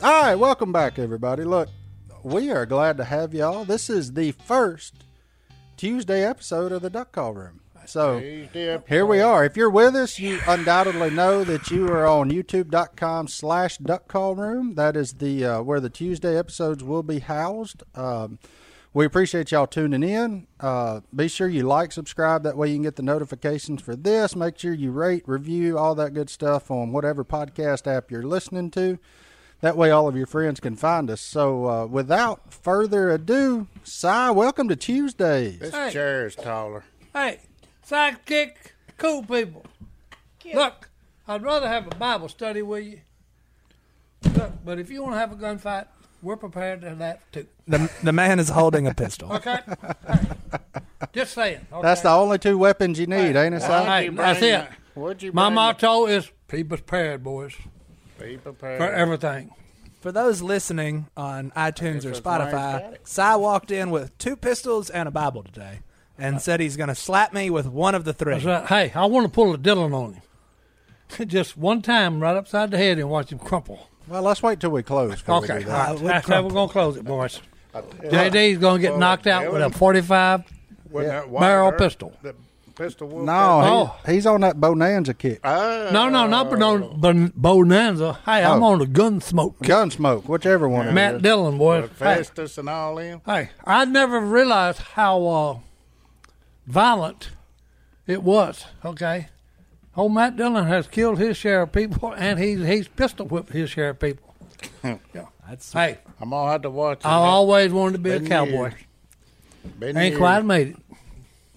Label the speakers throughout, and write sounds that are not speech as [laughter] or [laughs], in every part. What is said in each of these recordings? Speaker 1: All right, welcome back, everybody. Look, we are glad to have y'all. This is the first Tuesday episode of the Duck Call Room. So here we are. If you're with us, you undoubtedly know that you are on youtube.com slash duck call room. That is the uh, where the Tuesday episodes will be housed. Um, we appreciate y'all tuning in. Uh, be sure you like, subscribe. That way you can get the notifications for this. Make sure you rate, review, all that good stuff on whatever podcast app you're listening to. That way all of your friends can find us. So uh, without further ado, Cy, welcome to Tuesdays.
Speaker 2: This
Speaker 3: Hey.
Speaker 2: chair is taller.
Speaker 3: Hey, sidekick, cool people. Look, I'd rather have a Bible study with you. Look, but if you want to have a gunfight, we're prepared to that too.
Speaker 4: The, the man is holding a pistol.
Speaker 3: [laughs] Okay? Hey, Just saying. Okay?
Speaker 1: That's the only two weapons you need, ain't it,
Speaker 3: Hey,
Speaker 1: Si?
Speaker 2: Why'd you
Speaker 3: that's
Speaker 2: bring
Speaker 3: it.
Speaker 2: the- what'd you
Speaker 3: My
Speaker 2: bring the-
Speaker 3: motto is be prepared, boys,
Speaker 2: Be prepared.
Speaker 3: for everything.
Speaker 4: For those listening on iTunes or
Speaker 2: it's Ryan's got
Speaker 4: Spotify,
Speaker 2: it.
Speaker 4: Cy walked in with two pistols and a Bible today and said he's going to slap me with one of the three.
Speaker 3: That's right. Hey, I want to pull a Dylan on him. [laughs] Just one time right upside the head and watch him crumple.
Speaker 1: Well, let's wait till we close. before we
Speaker 3: Okay, all
Speaker 1: do that.
Speaker 3: right.
Speaker 4: would
Speaker 3: That's how we're
Speaker 4: crumple.
Speaker 3: going to close it, boys.
Speaker 2: Yeah.
Speaker 3: JD's going to get
Speaker 2: Well,
Speaker 3: knocked out with a
Speaker 2: Dylan-
Speaker 3: 45
Speaker 2: Wasn't that wild
Speaker 3: barrel
Speaker 2: bird?
Speaker 3: pistol.
Speaker 2: The pistol was
Speaker 1: No, he-
Speaker 3: Oh.
Speaker 1: he's on that bonanza kick.
Speaker 2: Oh,
Speaker 3: No, no, not Bono- Bon- Bonanza. Hey, I'm
Speaker 1: Uh, Oh.
Speaker 3: on the Gunsmoke.
Speaker 1: Gunsmoke, whichever one. it
Speaker 3: Matt
Speaker 1: is.
Speaker 3: Dillon, boy.
Speaker 2: the
Speaker 3: Hey,
Speaker 2: Festus and all them.
Speaker 3: hey, I never realized how uh, violent it was. Okay, old Matt Dillon has killed his share of people, and he's he's pistol whipped his share
Speaker 1: [laughs]
Speaker 3: of people. yeah.
Speaker 4: That's,
Speaker 3: Hey,
Speaker 2: I'm gonna have to watch.
Speaker 3: I always wanted to be a
Speaker 2: Been
Speaker 3: cowboy.
Speaker 2: years. Been
Speaker 3: Ain't
Speaker 2: years.
Speaker 3: quite made it.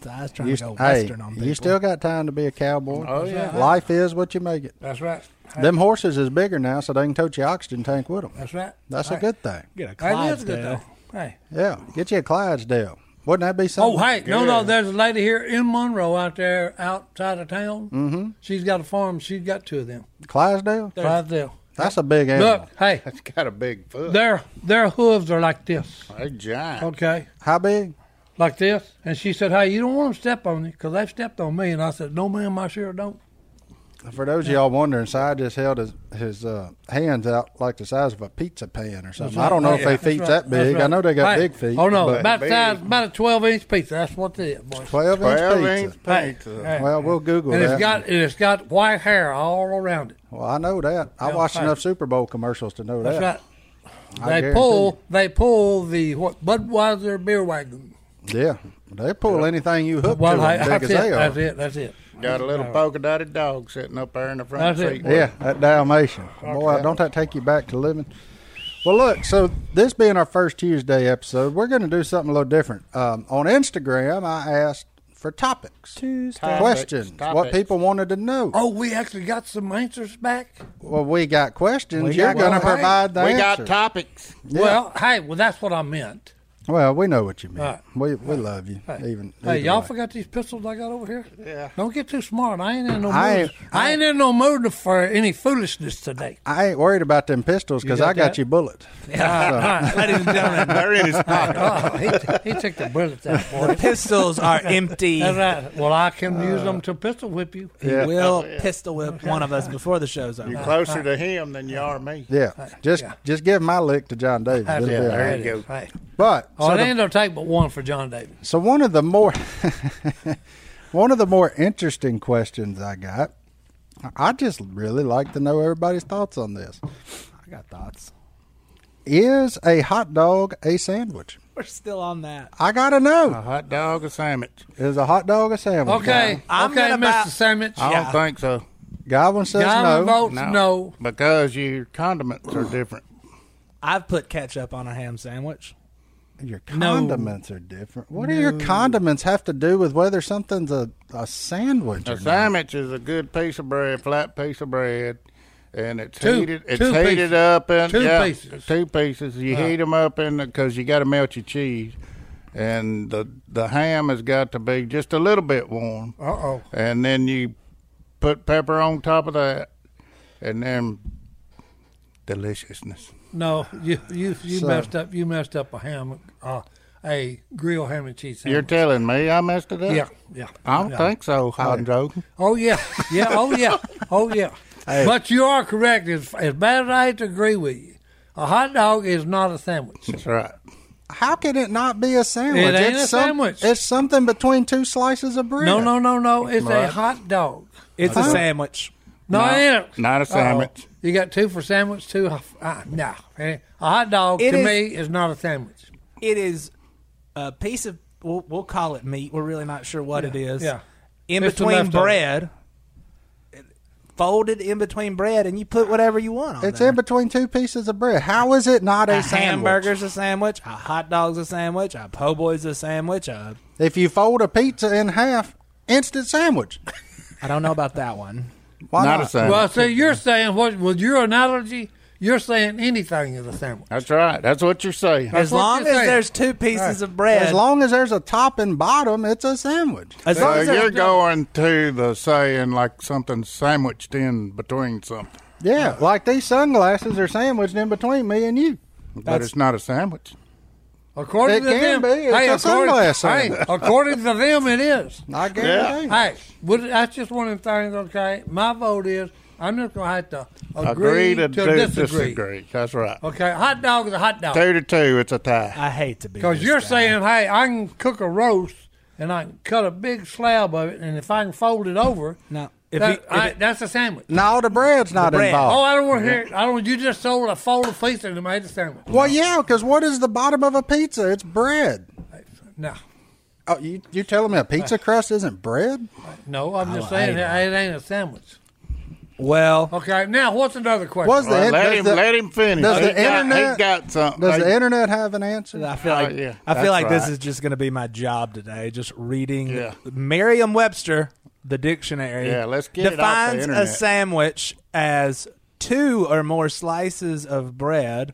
Speaker 4: I was trying
Speaker 1: You,
Speaker 4: to go
Speaker 1: st-
Speaker 4: Western
Speaker 1: hey,
Speaker 4: on people.
Speaker 1: you still got time to be a cowboy.
Speaker 2: Oh, yeah.
Speaker 1: Life is what you make it.
Speaker 3: That's right. Hey,
Speaker 1: Them horses is bigger now, so they can tote your oxygen tank with them.
Speaker 3: That's right.
Speaker 1: That's a
Speaker 3: Hey,
Speaker 1: good thing.
Speaker 4: get a
Speaker 3: That is a good
Speaker 4: Clydesdale.
Speaker 3: thing. Hey.
Speaker 1: Yeah, get you a Clydesdale. Wouldn't that be
Speaker 3: Oh,
Speaker 1: something?
Speaker 3: hey, no, no,
Speaker 2: Good.
Speaker 3: there's a lady here in Monroe out there outside of town. Mm-hmm. She's got a farm. She's got two of them
Speaker 1: Clydesdale?
Speaker 3: right there.
Speaker 1: That's a big animal.
Speaker 3: Look, hey,
Speaker 2: It's got a big foot.
Speaker 3: their their hooves are like this,
Speaker 2: They giant.
Speaker 3: okay,
Speaker 1: How big?
Speaker 3: like this. And she said, hey, you don't want them to step on you because they've stepped on me. And I said, no, ma'am, I sure don't.
Speaker 1: For those of y'all wondering, Cy just held his, his uh, hands out like the size of a pizza pan or something. I don't know if they
Speaker 3: That's
Speaker 1: feet's
Speaker 3: right,
Speaker 1: that
Speaker 3: that's
Speaker 1: big. I
Speaker 3: right.
Speaker 1: know they got
Speaker 3: Hey,
Speaker 1: big feet.
Speaker 3: Oh no,
Speaker 1: but
Speaker 3: about the
Speaker 2: Big.
Speaker 3: size, about a twelve inch pizza. That's what it is, boys.
Speaker 1: 12 inch
Speaker 2: Twelve
Speaker 1: pizza.
Speaker 2: inch
Speaker 3: Hey,
Speaker 2: pizza.
Speaker 3: hey.
Speaker 1: Well, we'll Google
Speaker 3: and
Speaker 1: that.
Speaker 3: it's got and it's got white hair all around it.
Speaker 1: well, I know that. I
Speaker 3: Yeah,
Speaker 1: watched
Speaker 3: hey.
Speaker 1: enough Super Bowl commercials to know
Speaker 3: That's
Speaker 1: that.
Speaker 3: right.
Speaker 1: I
Speaker 3: they
Speaker 1: guarantee
Speaker 3: pull they pull the what Budweiser beer wagon.
Speaker 1: Yeah, they pull anything you hook
Speaker 3: Well,
Speaker 1: to, them,
Speaker 3: hey,
Speaker 1: big
Speaker 3: that's,
Speaker 1: as
Speaker 3: it,
Speaker 1: they are.
Speaker 3: that's it. That's it.
Speaker 2: Got a little polka dotted dog sitting up there in the front
Speaker 3: That's it.
Speaker 2: seat.
Speaker 1: Yeah, that Dalmatian. Boy, don't that take you back to living? Well, look, so this being our first Tuesday episode, we're going to do something a little different. Um, on Instagram, I asked for topics,
Speaker 4: Tuesday.
Speaker 2: Topics,
Speaker 1: questions, what
Speaker 2: topics.
Speaker 1: people wanted to know.
Speaker 3: Oh, we actually got some answers back.
Speaker 1: Well, we got questions.
Speaker 4: We
Speaker 1: You're
Speaker 4: got-
Speaker 1: going to
Speaker 4: well, hey,
Speaker 1: provide the
Speaker 2: We
Speaker 1: answer.
Speaker 2: got topics.
Speaker 1: Yeah.
Speaker 3: Well, hey, well that's what I meant.
Speaker 1: Well, we know what you mean.
Speaker 3: All right.
Speaker 1: We we love you.
Speaker 3: Hey,
Speaker 1: Even
Speaker 3: hey,
Speaker 1: either
Speaker 3: y'all
Speaker 1: way.
Speaker 3: forgot these pistols I got over here?
Speaker 2: Yeah.
Speaker 3: Don't get too smart. I ain't in no mood.
Speaker 1: I
Speaker 3: I
Speaker 1: ain't-
Speaker 3: ain't, in no mood for any foolishness today.
Speaker 1: I ain't worried about them pistols because
Speaker 3: got
Speaker 1: I got
Speaker 3: that?
Speaker 1: you bullet.
Speaker 4: Ladies and
Speaker 2: [laughs]
Speaker 4: gentlemen,
Speaker 2: They're in [laughs] his
Speaker 1: [laughs]
Speaker 2: pocket.
Speaker 3: oh, he, he took the bullets out for
Speaker 4: the
Speaker 3: us.
Speaker 4: pistols are empty.
Speaker 3: That's right. Well, I can
Speaker 1: Uh,
Speaker 3: use them to pistol whip you.
Speaker 4: He
Speaker 1: Oh,
Speaker 4: will pistol whip one of us before the show's over.
Speaker 2: You're closer to him than you are me.
Speaker 1: Yeah, just
Speaker 3: yeah.
Speaker 1: just give my lick to John Davis.
Speaker 3: That's
Speaker 1: It'll
Speaker 3: it.
Speaker 1: be all
Speaker 2: There
Speaker 1: right.
Speaker 3: That
Speaker 2: you
Speaker 3: is.
Speaker 2: go.
Speaker 3: Hey.
Speaker 1: But
Speaker 3: Oh,
Speaker 1: so
Speaker 3: it
Speaker 1: the-
Speaker 3: ain't gonna take but one for John Davis.
Speaker 1: So one of the more [laughs] one of the more interesting questions I got, I just really like to know everybody's thoughts on this.
Speaker 4: I got thoughts.
Speaker 1: Is a hot dog a sandwich?
Speaker 4: We're still on that.
Speaker 1: I gotta
Speaker 2: A
Speaker 1: know.
Speaker 2: hot dog or sandwich?
Speaker 1: Is a hot dog a sandwich?
Speaker 3: Okay,
Speaker 4: I'm
Speaker 3: um, okay,
Speaker 4: gonna
Speaker 3: Mr.
Speaker 4: buy-
Speaker 3: Sandwich.
Speaker 2: I
Speaker 4: Yeah.
Speaker 2: don't think so.
Speaker 1: Godwin says
Speaker 3: Godwin
Speaker 1: no.
Speaker 3: votes no.
Speaker 2: Because your condiments are different.
Speaker 4: I've put ketchup on a ham sandwich.
Speaker 1: Your
Speaker 4: No.
Speaker 1: condiments are different. What do your condiments have to do with whether something's a, a sandwich or
Speaker 2: A
Speaker 1: not?
Speaker 2: sandwich is a good piece of bread, flat piece of bread, and it's
Speaker 3: Two-
Speaker 2: heated. It's
Speaker 3: two
Speaker 2: heated
Speaker 3: pieces.
Speaker 2: up and
Speaker 3: Two
Speaker 2: yeah,
Speaker 3: pieces.
Speaker 2: Two pieces. You heat 'em heat them up in because you got to melt your cheese, and the the ham has got to be just a little bit warm.
Speaker 3: Uh oh.
Speaker 2: and then you put pepper on top of that, and then deliciousness.
Speaker 3: No, you you you
Speaker 1: So-
Speaker 3: messed up. You messed up a ham, uh, a grilled ham and cheese
Speaker 2: You're
Speaker 3: sandwich.
Speaker 2: telling me I messed it up?
Speaker 3: yeah, yeah.
Speaker 2: I don't
Speaker 3: yeah.
Speaker 2: think so, Hondro.
Speaker 3: Oh yeah, yeah. Oh yeah, oh yeah. But you are correct. As, as bad as I hate to agree with you, a hot dog is not a sandwich.
Speaker 2: That's right.
Speaker 1: How can it not be a sandwich?
Speaker 3: It ain't
Speaker 1: it's
Speaker 3: a sandwich.
Speaker 1: It's something between two slices of bread.
Speaker 3: No, no, no, no. It's a
Speaker 2: Right.
Speaker 3: hot dog.
Speaker 4: It's a sandwich.
Speaker 3: No,
Speaker 2: No,
Speaker 3: it ain't.
Speaker 2: not a
Speaker 3: Uh-oh.
Speaker 2: sandwich.
Speaker 3: You got two for sandwich, two. Uh, no, Eh, a hot dog
Speaker 4: It
Speaker 3: to
Speaker 4: is-
Speaker 3: me is not a sandwich.
Speaker 4: It is a piece of we'll, we'll call it meat. We're really not sure what it is.
Speaker 3: yeah.
Speaker 4: In
Speaker 3: It's the
Speaker 4: between
Speaker 3: leftover.
Speaker 4: bread, folded in between bread, and you put whatever you want on
Speaker 1: It's
Speaker 4: there.
Speaker 1: in between two pieces of bread. How is it not a,
Speaker 4: a
Speaker 1: sandwich?
Speaker 4: hamburger's a sandwich. A hot dog's a sandwich. A po' boy's a sandwich. A
Speaker 1: If you fold a pizza in half, instant sandwich.
Speaker 4: I don't know about that one.
Speaker 1: Why
Speaker 2: not,
Speaker 1: not?
Speaker 2: a sandwich.
Speaker 3: Well, see, you're saying what with your analogy, you're saying anything is a sandwich.
Speaker 2: That's right. That's what you're saying.
Speaker 4: As
Speaker 3: what
Speaker 4: long
Speaker 3: you
Speaker 4: as
Speaker 3: say.
Speaker 4: there's two pieces of bread,
Speaker 1: As long as there's a top and bottom, it's a sandwich.
Speaker 4: as long
Speaker 2: So
Speaker 4: as there's
Speaker 2: you're going to the saying like something sandwiched in between something,
Speaker 1: Yeah,
Speaker 3: Uh,
Speaker 1: like these sunglasses are sandwiched in between me and you.
Speaker 2: but
Speaker 4: That's-
Speaker 2: it's not a sandwich.
Speaker 3: According
Speaker 1: It
Speaker 3: to
Speaker 1: can
Speaker 3: them,
Speaker 1: be. It's
Speaker 3: hey,
Speaker 1: a
Speaker 3: according,
Speaker 1: sunglass
Speaker 3: hey, according to them,
Speaker 1: [laughs]
Speaker 3: it is.
Speaker 1: I guarantee. you.
Speaker 3: Hey, would, that's just one of the things. Okay, my vote is I'm just gonna have to agree,
Speaker 2: Agree
Speaker 3: to,
Speaker 2: to, do-
Speaker 3: disagree.
Speaker 2: That's right.
Speaker 3: Okay, hot dog is a hot dog
Speaker 2: Two to two, it's a tie.
Speaker 4: I hate to be
Speaker 3: because
Speaker 4: this
Speaker 3: you're
Speaker 4: guy.
Speaker 3: saying, hey, I can cook a roast and I can cut a big slab of it, and if I can fold it over,
Speaker 4: No. If
Speaker 3: that-
Speaker 4: he- if
Speaker 3: I-
Speaker 4: it-
Speaker 3: that's a sandwich.
Speaker 1: No, the bread's not
Speaker 4: The bread.
Speaker 1: involved.
Speaker 3: Oh, I don't want to hear. it. I don't. want You just sold a folded pizza and made a sandwich.
Speaker 1: well, yeah, because what is the bottom of a pizza? It's bread.
Speaker 3: No,
Speaker 1: Oh, you you telling me a pizza crust isn't bread?
Speaker 3: no, I'm
Speaker 2: Oh,
Speaker 3: just
Speaker 4: I
Speaker 3: saying it,
Speaker 4: know.
Speaker 3: it ain't a sandwich.
Speaker 4: well,
Speaker 3: Okay, now what's another question?
Speaker 1: Was the,
Speaker 2: Well, let
Speaker 1: does
Speaker 2: him
Speaker 1: the-
Speaker 2: let him finish.
Speaker 1: does
Speaker 2: He
Speaker 1: the
Speaker 2: got-
Speaker 1: internet-
Speaker 2: he got something.
Speaker 1: Does the
Speaker 2: He-
Speaker 1: internet have an answer?
Speaker 4: I feel
Speaker 2: Oh,
Speaker 4: like
Speaker 2: yeah.
Speaker 4: I
Speaker 2: That's
Speaker 4: feel like this
Speaker 2: right.
Speaker 4: is just going to be my job today, just reading
Speaker 2: Yeah.
Speaker 4: Merriam-Webster, the dictionary.
Speaker 2: Yeah, let's get it off the
Speaker 4: defines a
Speaker 2: internet.
Speaker 4: sandwich as two or more slices of bread,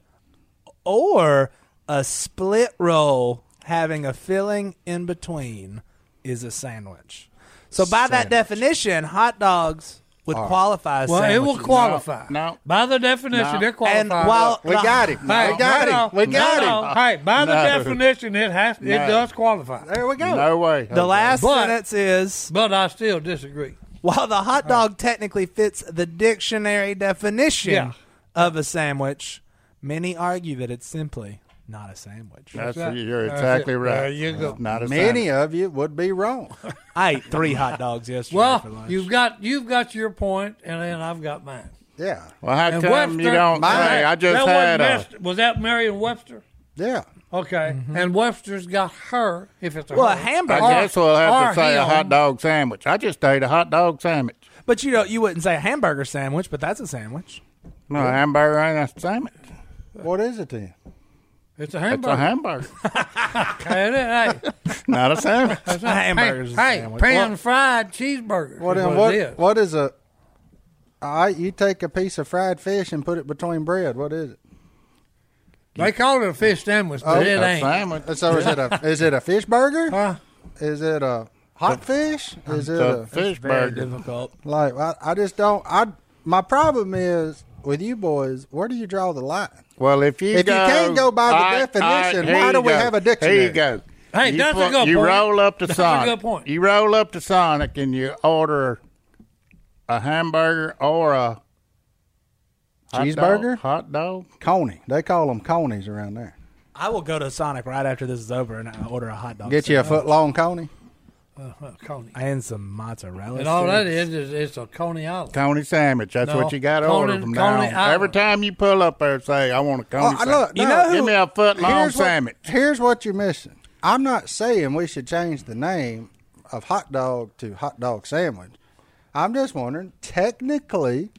Speaker 4: or a split roll having a filling in between is a sandwich. So by that definition, hot dogs would qualify. As
Speaker 3: Well, it will
Speaker 4: sandwiches.
Speaker 3: qualify.
Speaker 2: no.
Speaker 3: By the definition,
Speaker 2: No.
Speaker 3: it qualifies.
Speaker 4: And while
Speaker 1: we got him.
Speaker 3: Hey,
Speaker 1: we got
Speaker 3: no,
Speaker 1: him. We got
Speaker 3: no,
Speaker 1: him.
Speaker 3: no. Hey, by the
Speaker 2: No.
Speaker 3: definition, it has it
Speaker 2: No.
Speaker 3: does qualify.
Speaker 1: There we go.
Speaker 2: No way.
Speaker 4: the last
Speaker 3: But-
Speaker 4: sentence is
Speaker 3: But I still disagree.
Speaker 4: While the hot dog technically fits the dictionary definition
Speaker 3: Yeah.
Speaker 4: of a sandwich, many argue that it's simply not a sandwich.
Speaker 2: That's,
Speaker 3: That's right.
Speaker 2: you're
Speaker 3: That's
Speaker 2: exactly
Speaker 3: it.
Speaker 2: right.
Speaker 3: There you go.
Speaker 2: Not a
Speaker 1: Many
Speaker 2: sandwich.
Speaker 1: of you would be wrong. [laughs]
Speaker 4: I ate three hot dogs yesterday for
Speaker 3: Well,
Speaker 4: lunch.
Speaker 3: you've got you've got your point, and then I've got mine.
Speaker 1: Yeah,
Speaker 2: Well, how
Speaker 3: And
Speaker 2: come you don't
Speaker 1: Mine-
Speaker 2: say? I just
Speaker 3: that
Speaker 2: had
Speaker 3: wasn't
Speaker 2: a.
Speaker 3: Webster- was that Marion Webster?
Speaker 1: yeah.
Speaker 3: Okay, and Webster's got her. If it's a
Speaker 4: Well, a
Speaker 3: her.
Speaker 4: hamburger.
Speaker 3: Or-
Speaker 2: I guess we'll have
Speaker 3: or
Speaker 2: to say a
Speaker 3: him.
Speaker 2: hot dog sandwich. I just ate a hot dog sandwich.
Speaker 4: but you don't. You wouldn't say a hamburger sandwich, but that's a sandwich.
Speaker 2: No, a hamburger ain't a sandwich.
Speaker 1: What is it then?
Speaker 3: It's
Speaker 2: It's
Speaker 3: a
Speaker 2: a
Speaker 3: hamburger.
Speaker 2: hamburger,
Speaker 3: Hey, it- hey,
Speaker 2: not a
Speaker 3: [laughs]
Speaker 2: sandwich.
Speaker 3: that's
Speaker 4: A hamburger's a
Speaker 3: Hey,
Speaker 4: sandwich.
Speaker 3: pan fried cheeseburger.
Speaker 1: Well,
Speaker 3: is
Speaker 1: then
Speaker 3: what,
Speaker 1: what?
Speaker 3: it is.
Speaker 1: what is a? I you take a piece of fried fish and put it between bread. What is it?
Speaker 3: They call it a fish sandwich,
Speaker 1: Oh,
Speaker 3: but it
Speaker 2: a
Speaker 3: ain't.
Speaker 2: sandwich.
Speaker 1: So is it a is it a fish burger?
Speaker 3: Huh?
Speaker 1: Is it a hot fish? Is it
Speaker 2: It's
Speaker 1: a
Speaker 2: a fish
Speaker 4: Very
Speaker 2: burger.
Speaker 4: difficult.
Speaker 1: like? I, I just don't. I my problem is with you boys. Where do you draw the line?
Speaker 2: Well, if you
Speaker 1: If you
Speaker 2: go,
Speaker 1: can't go by the
Speaker 2: All right,
Speaker 1: definition,
Speaker 2: all right,
Speaker 1: why
Speaker 2: here
Speaker 1: do
Speaker 2: you
Speaker 1: we
Speaker 2: go.
Speaker 1: have a dictionary?
Speaker 2: Here you go.
Speaker 3: Hey,
Speaker 2: you
Speaker 3: that's a good
Speaker 2: you
Speaker 3: point.
Speaker 2: roll up to
Speaker 3: That's a
Speaker 2: Sonic.
Speaker 3: good point.
Speaker 2: You roll up to Sonic and you order a hamburger or a hot dog-
Speaker 1: Cheeseburger?
Speaker 2: hot dog.
Speaker 1: Coney. They call them conies around there.
Speaker 4: I will go to Sonic right after this is over and I order a hot dog.
Speaker 1: Get you a
Speaker 4: sandwich.
Speaker 1: foot long coney.
Speaker 3: Uh, Coney.
Speaker 4: and some mozzarella.
Speaker 3: And all
Speaker 4: sticks.
Speaker 3: that is is it's a Coney Island.
Speaker 2: Coney sandwich. That's
Speaker 3: No,
Speaker 2: what you got to
Speaker 3: Coney-
Speaker 2: order from now.
Speaker 3: Coney
Speaker 2: on.
Speaker 3: Island.
Speaker 2: Every time you pull up there, say, "I want a Coney
Speaker 1: Oh,
Speaker 2: sandwich."
Speaker 1: look,
Speaker 4: You know who-
Speaker 2: give me a foot long
Speaker 1: here's what-
Speaker 2: sandwich.
Speaker 1: here's what you're missing. I'm not saying we should change the name of hot dog to hot dog sandwich. I'm just wondering, technically,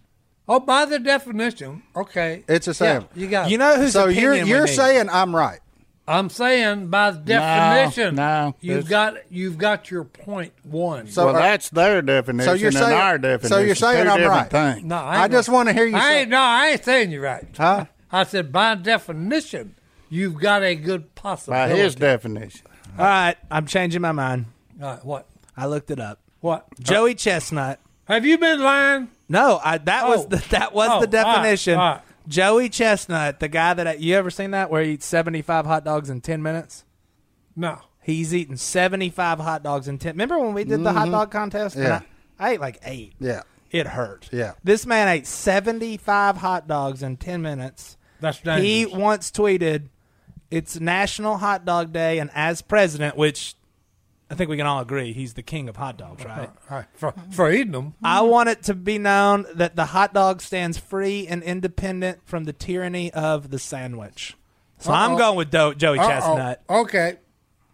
Speaker 3: Oh, by the definition, okay,
Speaker 1: It's a
Speaker 3: Yeah,
Speaker 1: sandwich.
Speaker 3: you got
Speaker 4: You know who's
Speaker 1: so you're you're saying I'm right.
Speaker 3: I'm saying by definition,
Speaker 2: no,
Speaker 3: you've
Speaker 2: it's-
Speaker 3: got you've got your point one.
Speaker 1: So uh,
Speaker 2: well,
Speaker 1: are-
Speaker 2: that's their definition
Speaker 1: so you're saying-
Speaker 2: and our
Speaker 1: so you're
Speaker 2: definition.
Speaker 1: saying
Speaker 2: Two
Speaker 1: I'm
Speaker 2: different
Speaker 1: right.
Speaker 2: things.
Speaker 3: no, I,
Speaker 1: I
Speaker 3: ain't
Speaker 1: just
Speaker 3: gonna-
Speaker 1: want to hear you
Speaker 3: I
Speaker 1: say.
Speaker 3: ain't no, I ain't saying you're right.
Speaker 1: Huh?
Speaker 3: I said by definition, you've got a good
Speaker 2: By
Speaker 3: possibility.
Speaker 2: his definition.
Speaker 4: All right, I'm changing my mind.
Speaker 3: All right, what?
Speaker 4: I looked it up.
Speaker 3: What?
Speaker 4: Joey Chestnut.
Speaker 3: Have you been lying?
Speaker 4: No, I, that was
Speaker 3: Oh.
Speaker 4: the, that was
Speaker 3: Oh, all
Speaker 4: the
Speaker 3: right,
Speaker 4: definition.
Speaker 3: all right.
Speaker 4: Joey Chestnut, the guy that you ever seen that where he eats 75 hot dogs in 10 minutes?
Speaker 3: No.
Speaker 4: He's eaten 75 hot dogs in 10. Remember when we did the hot dog contest? And
Speaker 1: Mm-hmm. Yeah.
Speaker 4: I, I ate like 8.
Speaker 1: Yeah.
Speaker 4: It hurt.
Speaker 1: Yeah.
Speaker 4: This man ate 75 hot dogs in 10 minutes.
Speaker 3: That's
Speaker 4: He
Speaker 3: dangerous.
Speaker 4: once tweeted, "It's National Hot Dog Day, and as president, which I think we can all agree, he's the king of hot dogs, right?
Speaker 3: All right, for, for eating them.
Speaker 4: I want it to be known that the hot dog stands free and independent from the tyranny of the sandwich." So I'm
Speaker 3: Uh-oh.
Speaker 4: going with Do- Joey Chestnut.
Speaker 3: Uh-oh. Okay.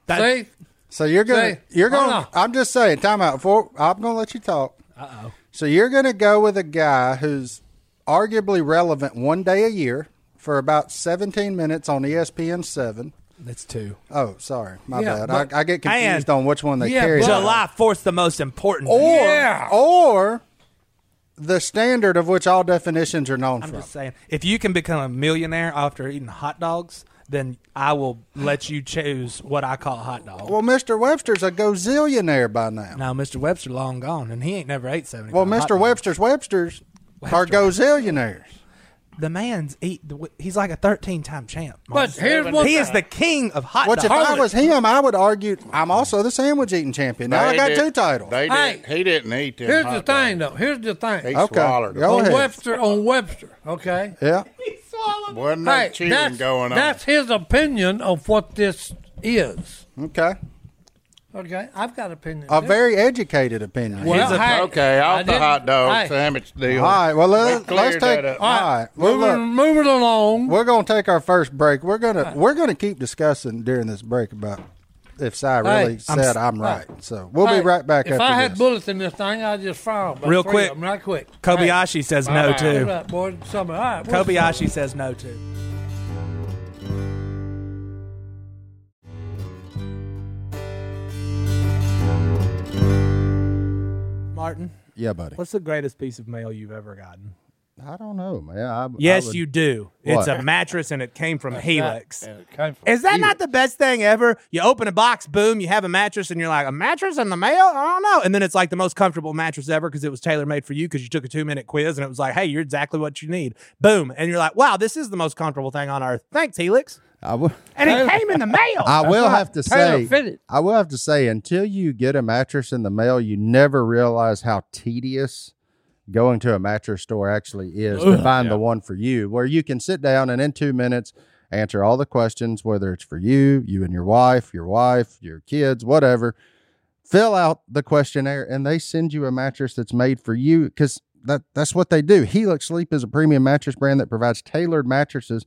Speaker 4: That-
Speaker 3: See?
Speaker 1: So you're gonna
Speaker 3: Say,
Speaker 1: you're gonna.
Speaker 3: hold on.
Speaker 1: I'm just saying. Time out. Before, I'm gonna let you talk. Uh oh. So you're gonna go with a guy who's arguably relevant one day a year for about 17 minutes on E ESPN seven.
Speaker 4: That's two.
Speaker 1: Oh, sorry, my
Speaker 3: Yeah,
Speaker 1: bad.
Speaker 3: but-
Speaker 1: I, I get confused
Speaker 4: and-
Speaker 1: on which one they
Speaker 3: Yeah,
Speaker 1: carry.
Speaker 3: but-
Speaker 4: July Fourth, the most important.
Speaker 1: or
Speaker 4: thing.
Speaker 3: Yeah.
Speaker 1: or the standard of which all definitions are known
Speaker 4: I'm
Speaker 1: from.
Speaker 4: just saying, if you can become a millionaire after eating hot dogs, then I will let you choose what I call hot dog.
Speaker 1: Well, Mr. Webster's a gazillionaire by now.
Speaker 4: now, Mr. Webster long gone, and he ain't never ate seventy.
Speaker 1: Well, Mr. Webster's Webster's are gazillionaires.
Speaker 4: the man's eat. He's like a thirteen-time champ.
Speaker 3: But here's what
Speaker 4: he is the king of hot
Speaker 1: Which if
Speaker 4: dogs.
Speaker 1: I was him, I would argue I'm also the sandwich eating champion. Now I
Speaker 2: They
Speaker 1: got
Speaker 2: did-
Speaker 1: two titles.
Speaker 2: They
Speaker 3: Hey.
Speaker 2: did, he didn't eat them.
Speaker 3: Here's the
Speaker 2: hot
Speaker 3: thing,
Speaker 2: dogs.
Speaker 3: though. Here's the
Speaker 2: He
Speaker 3: thing.
Speaker 1: Okay.
Speaker 2: swallowed
Speaker 1: Go
Speaker 2: them.
Speaker 3: On
Speaker 1: ahead.
Speaker 3: Webster, on Webster, okay?
Speaker 1: yeah.
Speaker 2: Wasn't no
Speaker 3: Hey,
Speaker 2: cheating
Speaker 3: that's,
Speaker 2: going on.
Speaker 3: that's his opinion of what this is.
Speaker 1: Okay.
Speaker 3: Okay, I've got opinion.
Speaker 1: A
Speaker 3: too.
Speaker 1: very educated opinion.
Speaker 3: Well, hey,
Speaker 2: okay,
Speaker 3: I
Speaker 2: off the
Speaker 3: didn't-
Speaker 2: hot dog
Speaker 3: hey,
Speaker 2: sandwich deal.
Speaker 1: All right. Well, let,
Speaker 2: We
Speaker 1: let's
Speaker 2: cleared
Speaker 1: take.
Speaker 2: that up.
Speaker 1: All right. Well,
Speaker 3: moving,
Speaker 1: look,
Speaker 3: moving along.
Speaker 1: we're gonna take our first break. We're gonna we're gonna keep discussing during this break about if Cy really
Speaker 3: Hey,
Speaker 1: said
Speaker 4: I'm s-
Speaker 1: I'm, right. So we'll be
Speaker 3: Hey,
Speaker 1: right back.
Speaker 3: If
Speaker 1: after
Speaker 3: I had
Speaker 1: this.
Speaker 3: bullets in this thing, I'd just fire 'em. About
Speaker 4: Real
Speaker 3: three
Speaker 4: quick.
Speaker 3: of 'em, right quick.
Speaker 4: Kobayashi says no
Speaker 3: Hey, hold
Speaker 4: too.
Speaker 3: up, boy. Some- all right, what's-
Speaker 4: Kobayashi says no too. Martin,
Speaker 1: yeah, buddy.
Speaker 4: what's the greatest piece of mail you've ever gotten?
Speaker 1: I don't know, man. I,
Speaker 4: Yes,
Speaker 1: I would-
Speaker 4: you do. It's
Speaker 1: What?
Speaker 4: a mattress and it came from Helix.
Speaker 3: Yeah, it came from-
Speaker 4: Is that not the best thing ever? You open a box, boom, you have a mattress, and you're like, a mattress in the mail? I don't know. And then it's like the most comfortable mattress ever because it was tailor made for you because you took a two minute quiz and it was like, hey, you're exactly what you need. Boom. And you're like, wow, this is the most comfortable thing on earth. Thanks, Helix.
Speaker 1: I would.
Speaker 4: And [laughs] it came in the mail.
Speaker 1: I will
Speaker 3: right.
Speaker 1: have to say,
Speaker 3: Tailor-fitted.
Speaker 1: I will have to say, until you get a mattress in the mail, you never realize how tedious going to a mattress store actually is to find the one for you, where you can sit down and in two minutes answer all the questions, whether it's for you, you and your wife, your wife, your kids, whatever. Fill out the questionnaire, and they send you a mattress that's made for you because that that's what they do. Helix Sleep is a premium mattress brand that provides tailored mattresses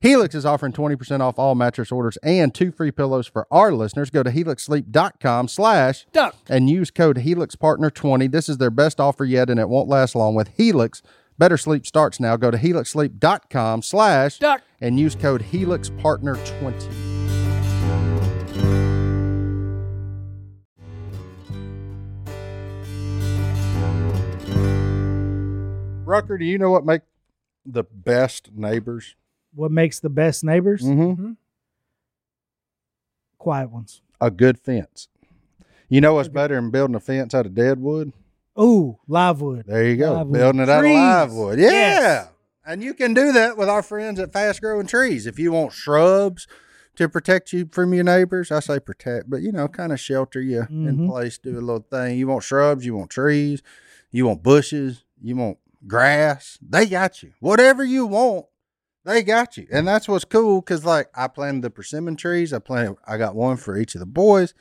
Speaker 1: Helix is offering 20% off all mattress orders and two free pillows for our listeners. Go to helixsleep.com slash
Speaker 3: Duck.
Speaker 1: and use code HelixPartner20. This is their best offer yet, and it won't last long with Helix. Better sleep starts now. Go to helixsleep.com slash
Speaker 3: Duck.
Speaker 1: and use code HelixPartner20. Rucker, do you know what make the best neighbors?
Speaker 5: What makes the best neighbors?
Speaker 1: Mm-hmm.
Speaker 5: Quiet ones.
Speaker 1: a good fence. You know what's better than building a fence out of dead wood?
Speaker 5: Ooh, live wood.
Speaker 1: There you go.
Speaker 5: Live wood.
Speaker 1: building it out
Speaker 5: Trees.
Speaker 1: of live wood. Yeah.
Speaker 5: Yes.
Speaker 1: And you can do that with our friends at Fast Growing Trees. If you want shrubs to protect you from your neighbors, I say protect, but you know, kind of shelter you in
Speaker 5: Mhm.
Speaker 1: place, do a little thing. You want shrubs, you want trees, you want bushes, you want grass. They got you. Whatever you want, they got you. And that's what's cool because, like, I planted the persimmon trees. I planted, I got one for each of the boys.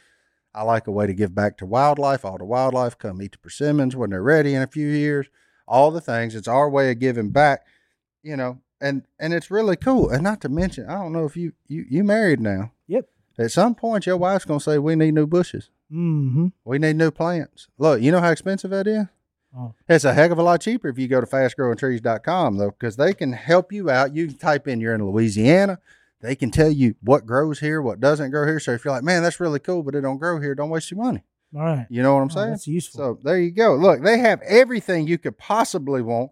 Speaker 1: I like a way to give back to wildlife. All the wildlife come eat the persimmons when they're ready in a few years. All the things. It's our way of giving back, you know. And and it's really cool. And not to mention, I don't know if you you you married now.
Speaker 5: Yep.
Speaker 1: At some point, your wife's gonna say, "We need new bushes.
Speaker 5: Mm-hmm.
Speaker 1: We need new plants." Look, you know how expensive that is.
Speaker 5: Oh.
Speaker 1: It's a heck of a lot cheaper if you go to fastgrowingtrees.com though, because they can help you out. You can type in you're in Louisiana. They can tell you what grows here, what doesn't grow here. So if you're like, man, that's really cool, but it don't grow here, don't waste your money.
Speaker 5: All right.
Speaker 1: You know what I'm
Speaker 5: Oh,
Speaker 1: saying?
Speaker 5: that's useful.
Speaker 1: So there you go. Look, they have everything you could possibly want,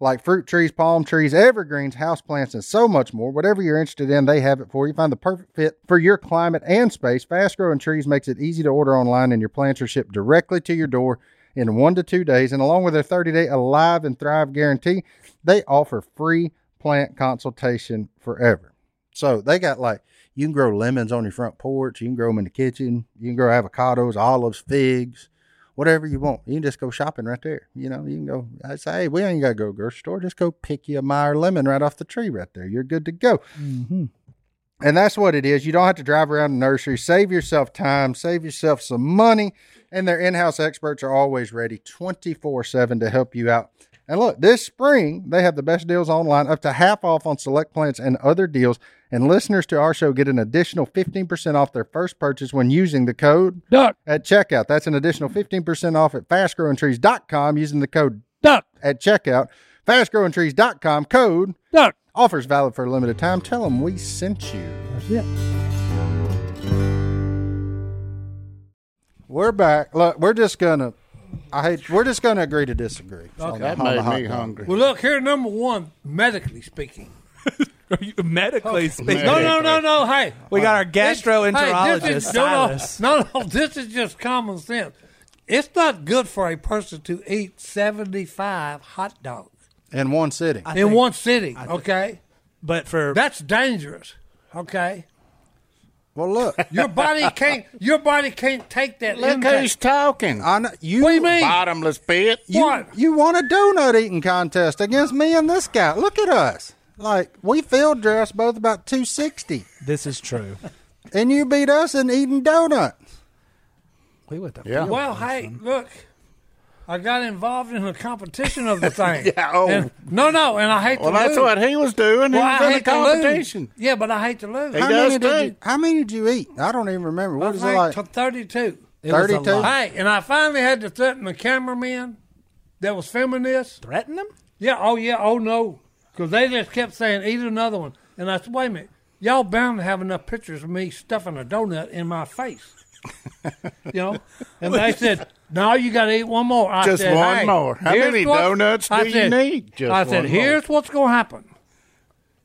Speaker 1: like fruit trees, palm trees, evergreens, houseplants, and so much more. Whatever you're interested in, they have it for you. Find the perfect fit for your climate and space. Fast growing trees makes it easy to order online, and your plants are shipped directly to your door in one to two days. And along with their 30 day Alive and Thrive guarantee, they offer free plant consultation forever. So they got like you can grow lemons on your front porch, you can grow them in the kitchen, you can grow avocados, olives, figs, whatever you want. You can just go shopping right there. You know, you can go. I say, hey, we ain't gotta go to a grocery store. Just go pick you a Meyer lemon right off the tree right there. You're good to go.
Speaker 5: Mm-hmm.
Speaker 1: And that's what it is. You don't have to drive around the nursery. Save yourself time, save yourself some money. And their in house experts are always ready 24 7 to help you out. And look, this spring, they have the best deals online, up to half off on select plants and other deals. And listeners to our show get an additional 15% off their first purchase when using the code
Speaker 3: Duck.
Speaker 1: at checkout. That's an additional 15% off at fastgrowingtrees.com using the code
Speaker 3: Duck.
Speaker 1: at checkout. Fastgrowingtrees.com code
Speaker 3: Duck.
Speaker 1: offers valid for a limited time. Tell them we sent you.
Speaker 5: That's it.
Speaker 1: We're back. Look, we're just gonna. I hate. We're just gonna agree to disagree. on
Speaker 2: That
Speaker 1: on
Speaker 2: made
Speaker 1: hot
Speaker 2: me
Speaker 1: dog.
Speaker 2: hungry.
Speaker 3: Well, look here. Number one, medically speaking.
Speaker 4: Medically speaking,
Speaker 3: No, no, no, no. Hey,
Speaker 4: we got our
Speaker 3: This- hey,
Speaker 4: gastroenterologist,
Speaker 3: this is- no, no,
Speaker 4: Silas.
Speaker 3: no, no, this is just common sense. It's not good for a person to eat 75 hot dogs
Speaker 1: In one sitting.
Speaker 4: I
Speaker 3: in
Speaker 4: think-
Speaker 3: one sitting, okay?
Speaker 4: But for
Speaker 3: That's dangerous, okay?
Speaker 1: well, look.
Speaker 4: [laughs]
Speaker 3: Your body can't your body can't take that
Speaker 2: Look
Speaker 3: intake.
Speaker 2: who's talking.
Speaker 1: I know, you.
Speaker 3: What do you mean?
Speaker 2: Bottomless pit.
Speaker 1: You,
Speaker 3: What?
Speaker 1: you won a donut eating contest against me and this guy. Look at us. Like we field dressed both about two sixty,
Speaker 4: this is true.
Speaker 1: and you beat us in eating donuts.
Speaker 4: We went to
Speaker 2: Yeah.
Speaker 3: Well, hey, look, I got involved in a competition of
Speaker 2: [laughs]
Speaker 3: the thing.
Speaker 2: Yeah, oh.
Speaker 3: And- no, no, and I hate
Speaker 2: Well,
Speaker 3: to
Speaker 2: that's
Speaker 3: lose.
Speaker 2: what he was doing.
Speaker 3: Well,
Speaker 2: he was
Speaker 3: I
Speaker 2: in the
Speaker 3: hate to lose.
Speaker 2: competition.
Speaker 3: Yeah, but I hate to lose.
Speaker 2: He
Speaker 3: I
Speaker 1: How
Speaker 2: does
Speaker 1: many did you?
Speaker 2: too.
Speaker 1: How many did you eat? I don't even remember. What was it
Speaker 3: like
Speaker 1: like?
Speaker 3: to 32.
Speaker 4: It was a
Speaker 1: 32?
Speaker 4: lot.
Speaker 3: Hey, and I finally had to threaten the cameraman that was filming this.
Speaker 4: Threaten them?
Speaker 3: Yeah, oh yeah, oh no, because they just kept saying eat another one, and I said, wait a minute, y'all bound to have enough pictures of me stuffing a donut in my face,
Speaker 2: [laughs]
Speaker 3: you know? And they said, no, you got to eat one more. I
Speaker 2: Just
Speaker 3: said,
Speaker 2: one
Speaker 3: "Hey,
Speaker 2: more. How
Speaker 3: here's
Speaker 2: many
Speaker 3: what-"
Speaker 2: donuts do
Speaker 3: I
Speaker 2: you
Speaker 3: said-
Speaker 2: need? Just
Speaker 3: I said,
Speaker 2: one more.
Speaker 3: here's what's gonna happen.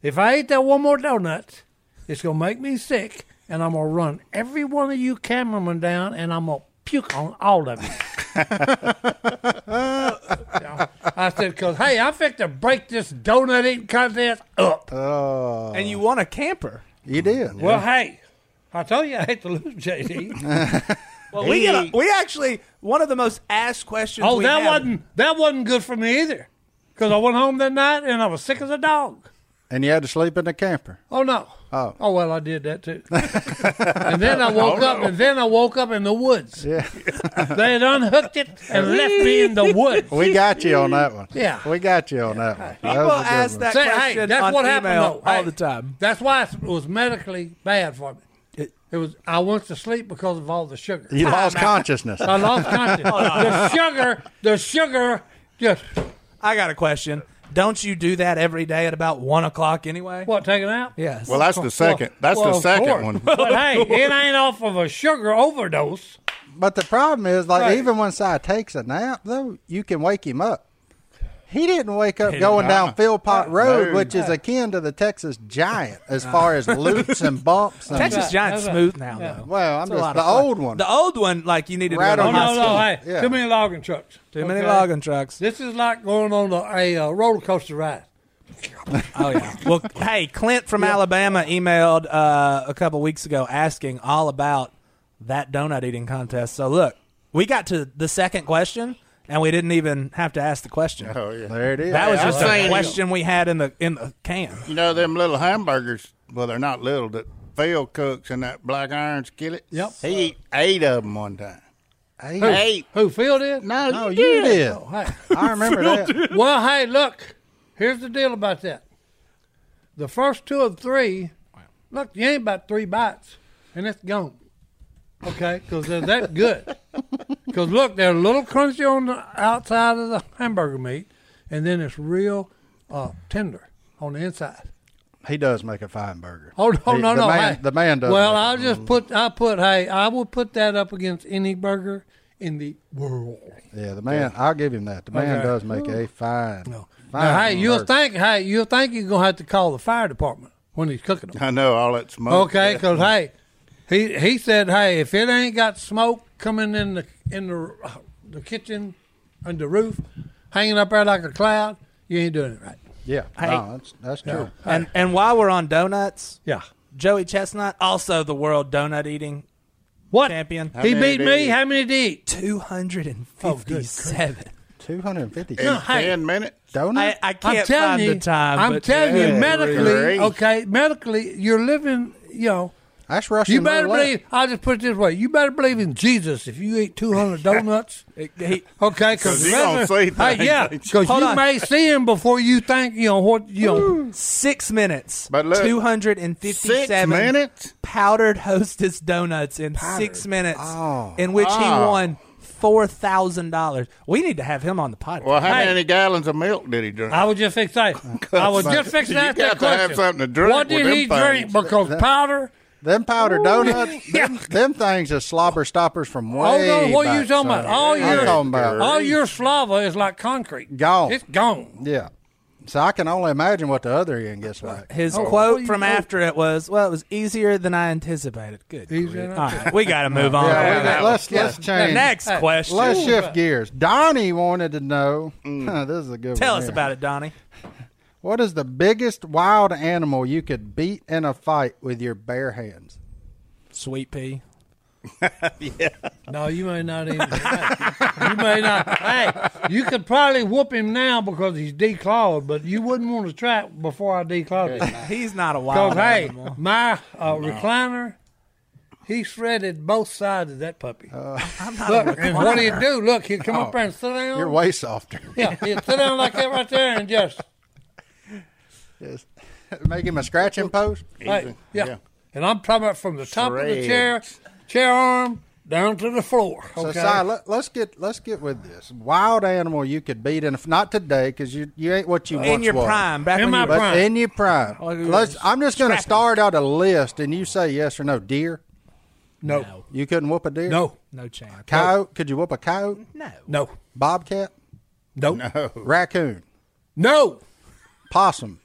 Speaker 3: If I eat that one more donut, it's gonna make me sick, and I'm gonna run every one of you cameramen down, and I'm gonna puke on all of you. I said, "Cause hey, I'm fit to break this donut eating contest up."
Speaker 1: Uh,
Speaker 4: and you want a camper?
Speaker 1: you did.
Speaker 3: well, hey, I told you I hate to lose, JD.
Speaker 4: Well, we get a,
Speaker 3: Hey.
Speaker 4: we actually one of the most asked questions.
Speaker 3: Oh,
Speaker 4: we
Speaker 3: that
Speaker 4: have-
Speaker 3: wasn't that wasn't good for me either, because I went home that night and I was sick as a dog.
Speaker 1: And you had to sleep in the camper.
Speaker 3: Oh no.
Speaker 1: Oh.
Speaker 3: well, I did that too. and then I woke up, and then I woke up in the woods.
Speaker 1: Yeah.
Speaker 3: [laughs] They had unhooked it and left me in the woods.
Speaker 1: We got you on that one.
Speaker 3: Yeah.
Speaker 1: We got you on that one. That
Speaker 4: People
Speaker 1: was a good
Speaker 4: ask
Speaker 1: one.
Speaker 4: that
Speaker 3: Say,
Speaker 4: question
Speaker 3: hey, that's
Speaker 4: on
Speaker 3: what happened
Speaker 4: email
Speaker 3: though.
Speaker 4: all
Speaker 3: Hey,
Speaker 4: the time.
Speaker 3: That's why it was medically bad for me. It, was. I went to sleep because of all the sugar.
Speaker 1: You lost consciousness.
Speaker 3: I lost consciousness. the sugar, the sugar, just
Speaker 4: I got a question. Don't you do that every day at about one o'clock anyway?
Speaker 3: what taken out.
Speaker 4: Yes.
Speaker 2: Well, that's the second. That's
Speaker 3: Well,
Speaker 2: the
Speaker 3: of
Speaker 2: second
Speaker 3: course.
Speaker 2: one.
Speaker 3: [laughs] But hey, it ain't off of a sugar overdose.
Speaker 1: But the problem is, like,
Speaker 3: Right.
Speaker 1: even when Si takes a nap, though, you can wake him up. He didn't wake up going down Philpot Road,
Speaker 2: No.
Speaker 1: which is akin to the Texas Giant as far as loops and bumps. And,
Speaker 4: Texas Giant's
Speaker 3: that's right.
Speaker 4: smooth now
Speaker 3: Yeah.
Speaker 4: though.
Speaker 1: Well, I'm
Speaker 4: It's a
Speaker 1: just
Speaker 4: lot
Speaker 1: the
Speaker 4: of fun.
Speaker 1: old one.
Speaker 4: The old one, like you need to
Speaker 1: Right
Speaker 3: Oh
Speaker 4: go to
Speaker 1: on
Speaker 4: high
Speaker 3: no,
Speaker 4: school.
Speaker 3: no, hey,
Speaker 1: Yeah.
Speaker 3: too many logging trucks.
Speaker 4: Too many
Speaker 3: Okay?
Speaker 4: logging trucks.
Speaker 3: This is like going on a, a, uh, roller coaster ride.
Speaker 4: [laughs] Oh yeah. Well, hey, Clint from Alabama emailed uh, a couple weeks ago asking all about that donut eating contest. So look, we got to the second question, and we didn't even have to ask the question.
Speaker 2: Oh yeah.
Speaker 1: there it is.
Speaker 4: That was
Speaker 2: Yeah,
Speaker 4: just
Speaker 2: I'm
Speaker 4: a
Speaker 2: saying-
Speaker 4: question we had in the in the can.
Speaker 2: You know them little hamburgers? Well, they're not little. That Phil cooks in that black iron skillet.
Speaker 3: Yep.
Speaker 2: He eat eight of them one time. Eight.
Speaker 3: Who Phil did? Oh,
Speaker 2: No,
Speaker 1: No,
Speaker 2: you
Speaker 1: you
Speaker 2: did.
Speaker 1: did.
Speaker 3: Hey.
Speaker 1: I remember that.
Speaker 3: [laughs] well, hey, look, here's the deal about that. The first two of three, look, you ain't about three bites, and it's gone. Okay, because they're that good. Because look, they're a little crunchy on the outside of the hamburger meat, and then it's real uh, tender on the inside.
Speaker 1: He does make a fine burger.
Speaker 3: Oh no,
Speaker 1: He-
Speaker 3: no,
Speaker 1: the
Speaker 3: no!
Speaker 1: Man,
Speaker 3: hey.
Speaker 1: The man does.
Speaker 3: Well,
Speaker 1: make
Speaker 3: I'll
Speaker 1: it.
Speaker 3: just put. I put. Hey, I will put that up against any burger in the world.
Speaker 1: Yeah, the man. I'll give him that. The man
Speaker 3: Okay.
Speaker 1: does make a fine. fine
Speaker 3: Now, hey, you'll
Speaker 1: burger.
Speaker 3: think. Hey, you'll think you're gonna have to call the fire department when he's cooking
Speaker 2: [laughs]
Speaker 3: them.
Speaker 2: I know all that smoke.
Speaker 3: Okay, because hey, he he said, hey, if it ain't got smoke coming in the in the uh, the kitchen, and the roof, hanging up there like a cloud, you ain't doing it right.
Speaker 1: Yeah,
Speaker 4: Hey.
Speaker 1: no, that's that's true.
Speaker 4: And and while we're on donuts,
Speaker 3: Yeah.
Speaker 4: Joey Chestnut, also the world donut eating
Speaker 3: What
Speaker 4: champion,
Speaker 3: He
Speaker 2: many
Speaker 3: beat
Speaker 2: did
Speaker 3: me.
Speaker 2: he-
Speaker 3: How many did he eat?
Speaker 4: two hundred and
Speaker 3: Oh, good
Speaker 4: fifty-seven.
Speaker 1: Two hundred and fifty
Speaker 2: In
Speaker 3: No, hey.
Speaker 2: ten minutes.
Speaker 1: donuts.
Speaker 4: I, I
Speaker 3: I'm
Speaker 4: can't
Speaker 3: telling
Speaker 4: find
Speaker 3: you,
Speaker 4: the time.
Speaker 3: I'm
Speaker 4: but-
Speaker 3: telling
Speaker 1: Yeah,
Speaker 3: you, medically,
Speaker 2: great.
Speaker 3: okay, medically, you're living. You know,
Speaker 1: that's Russian.
Speaker 3: you better
Speaker 1: roulette.
Speaker 3: believe. I'll just put it this way: you better believe in Jesus if you
Speaker 2: [laughs]
Speaker 3: eat 200 donuts.
Speaker 4: It- he-
Speaker 3: Okay, because
Speaker 2: 'Cause you gonna see things, [laughs]
Speaker 3: hey, yeah,
Speaker 2: ain't you?
Speaker 3: because
Speaker 4: Hold
Speaker 3: you
Speaker 4: on.
Speaker 3: may see him before you think you know what you know.
Speaker 4: six minutes,
Speaker 2: But look,
Speaker 4: two hundred and
Speaker 2: Six
Speaker 4: fifty-seven
Speaker 2: minutes.
Speaker 4: powdered Hostess donuts in six minutes,
Speaker 1: Oh.
Speaker 4: in which he
Speaker 2: Oh.
Speaker 4: won four thousand dollars. We need to have him on the podcast.
Speaker 2: Well, how
Speaker 3: Hey.
Speaker 2: many gallons of milk did he drink?
Speaker 3: I was just fixing.
Speaker 2: [laughs]
Speaker 3: I was just fixing
Speaker 2: You
Speaker 3: to ask
Speaker 2: got
Speaker 3: that
Speaker 2: to have
Speaker 3: question.
Speaker 2: something to drink
Speaker 3: what
Speaker 2: with
Speaker 3: did
Speaker 2: them
Speaker 3: he
Speaker 2: things.
Speaker 3: drink?
Speaker 2: [laughs]
Speaker 3: Because powder.
Speaker 1: Them powder donuts, them, them things are slobber stoppers from way
Speaker 3: Hold on, what are you
Speaker 1: back,
Speaker 3: talking
Speaker 1: son.
Speaker 3: about? All
Speaker 1: I'm
Speaker 3: your
Speaker 1: talking about-
Speaker 3: all your slava is like concrete.
Speaker 1: Gone.
Speaker 3: It's gone.
Speaker 1: Yeah. So I can only imagine what the other end gets like.
Speaker 4: His
Speaker 3: well,
Speaker 4: quote
Speaker 3: you
Speaker 4: from
Speaker 3: know-
Speaker 4: after it was, "Well, it was easier than I anticipated." Good.
Speaker 3: Easier
Speaker 4: grief.
Speaker 3: than I
Speaker 4: All right, we got to move on.
Speaker 1: Yeah,
Speaker 4: from
Speaker 1: we
Speaker 4: that
Speaker 1: got- let's
Speaker 4: one.
Speaker 1: let's change.
Speaker 4: Next
Speaker 3: Hey,
Speaker 4: question.
Speaker 1: Let's shift gears. Donnie wanted to know. [laughs] this is a good
Speaker 4: Tell
Speaker 1: one
Speaker 4: us
Speaker 1: here.
Speaker 4: about it, Donnie.
Speaker 1: What is the biggest wild animal you could beat in a fight with your bare hands?
Speaker 4: Sweet pea.
Speaker 3: No, you may not even. you may not. Hey, you could probably whoop him now because he's declawed, but you wouldn't want to try it before I declawed him.
Speaker 4: He's not a wild
Speaker 3: Because hey,
Speaker 4: animal.
Speaker 3: my uh, recliner, he shredded both sides of that puppy.
Speaker 4: I'm
Speaker 3: [laughs]
Speaker 4: not
Speaker 3: look,
Speaker 4: a
Speaker 3: and what he'd do? Look, he'd come up there and sit down.
Speaker 1: Uh, Oh, You're way softer. [laughs]
Speaker 3: yeah, he'd sit down like that right there and just
Speaker 1: Just make him a scratching post.
Speaker 3: Hey, yeah.
Speaker 2: Yeah.
Speaker 3: And I'm talking about from the top of the chair,
Speaker 2: Shreds.
Speaker 3: chair arm down to the floor.
Speaker 1: So,
Speaker 3: Okay.
Speaker 1: Si, let, let's get let's get with this wild animal you could beat in a, f- not today because you you ain't what you
Speaker 4: in
Speaker 1: once
Speaker 4: your
Speaker 1: was.
Speaker 4: prime, back
Speaker 3: In
Speaker 4: when
Speaker 3: my
Speaker 4: you were-
Speaker 1: But
Speaker 3: prime. uh,
Speaker 1: in your prime,
Speaker 4: Oh, yeah.
Speaker 1: let's. I'm just going to
Speaker 4: Scrappy.
Speaker 1: start out a list, and you say yes or no. Deer,
Speaker 3: no,
Speaker 1: you couldn't whoop a deer.
Speaker 3: no,
Speaker 4: no chance.
Speaker 1: Coyote, could you whoop a coyote?
Speaker 4: No.
Speaker 3: no,
Speaker 1: Bobcat,
Speaker 3: no,
Speaker 1: raccoon,
Speaker 3: no.
Speaker 1: possum.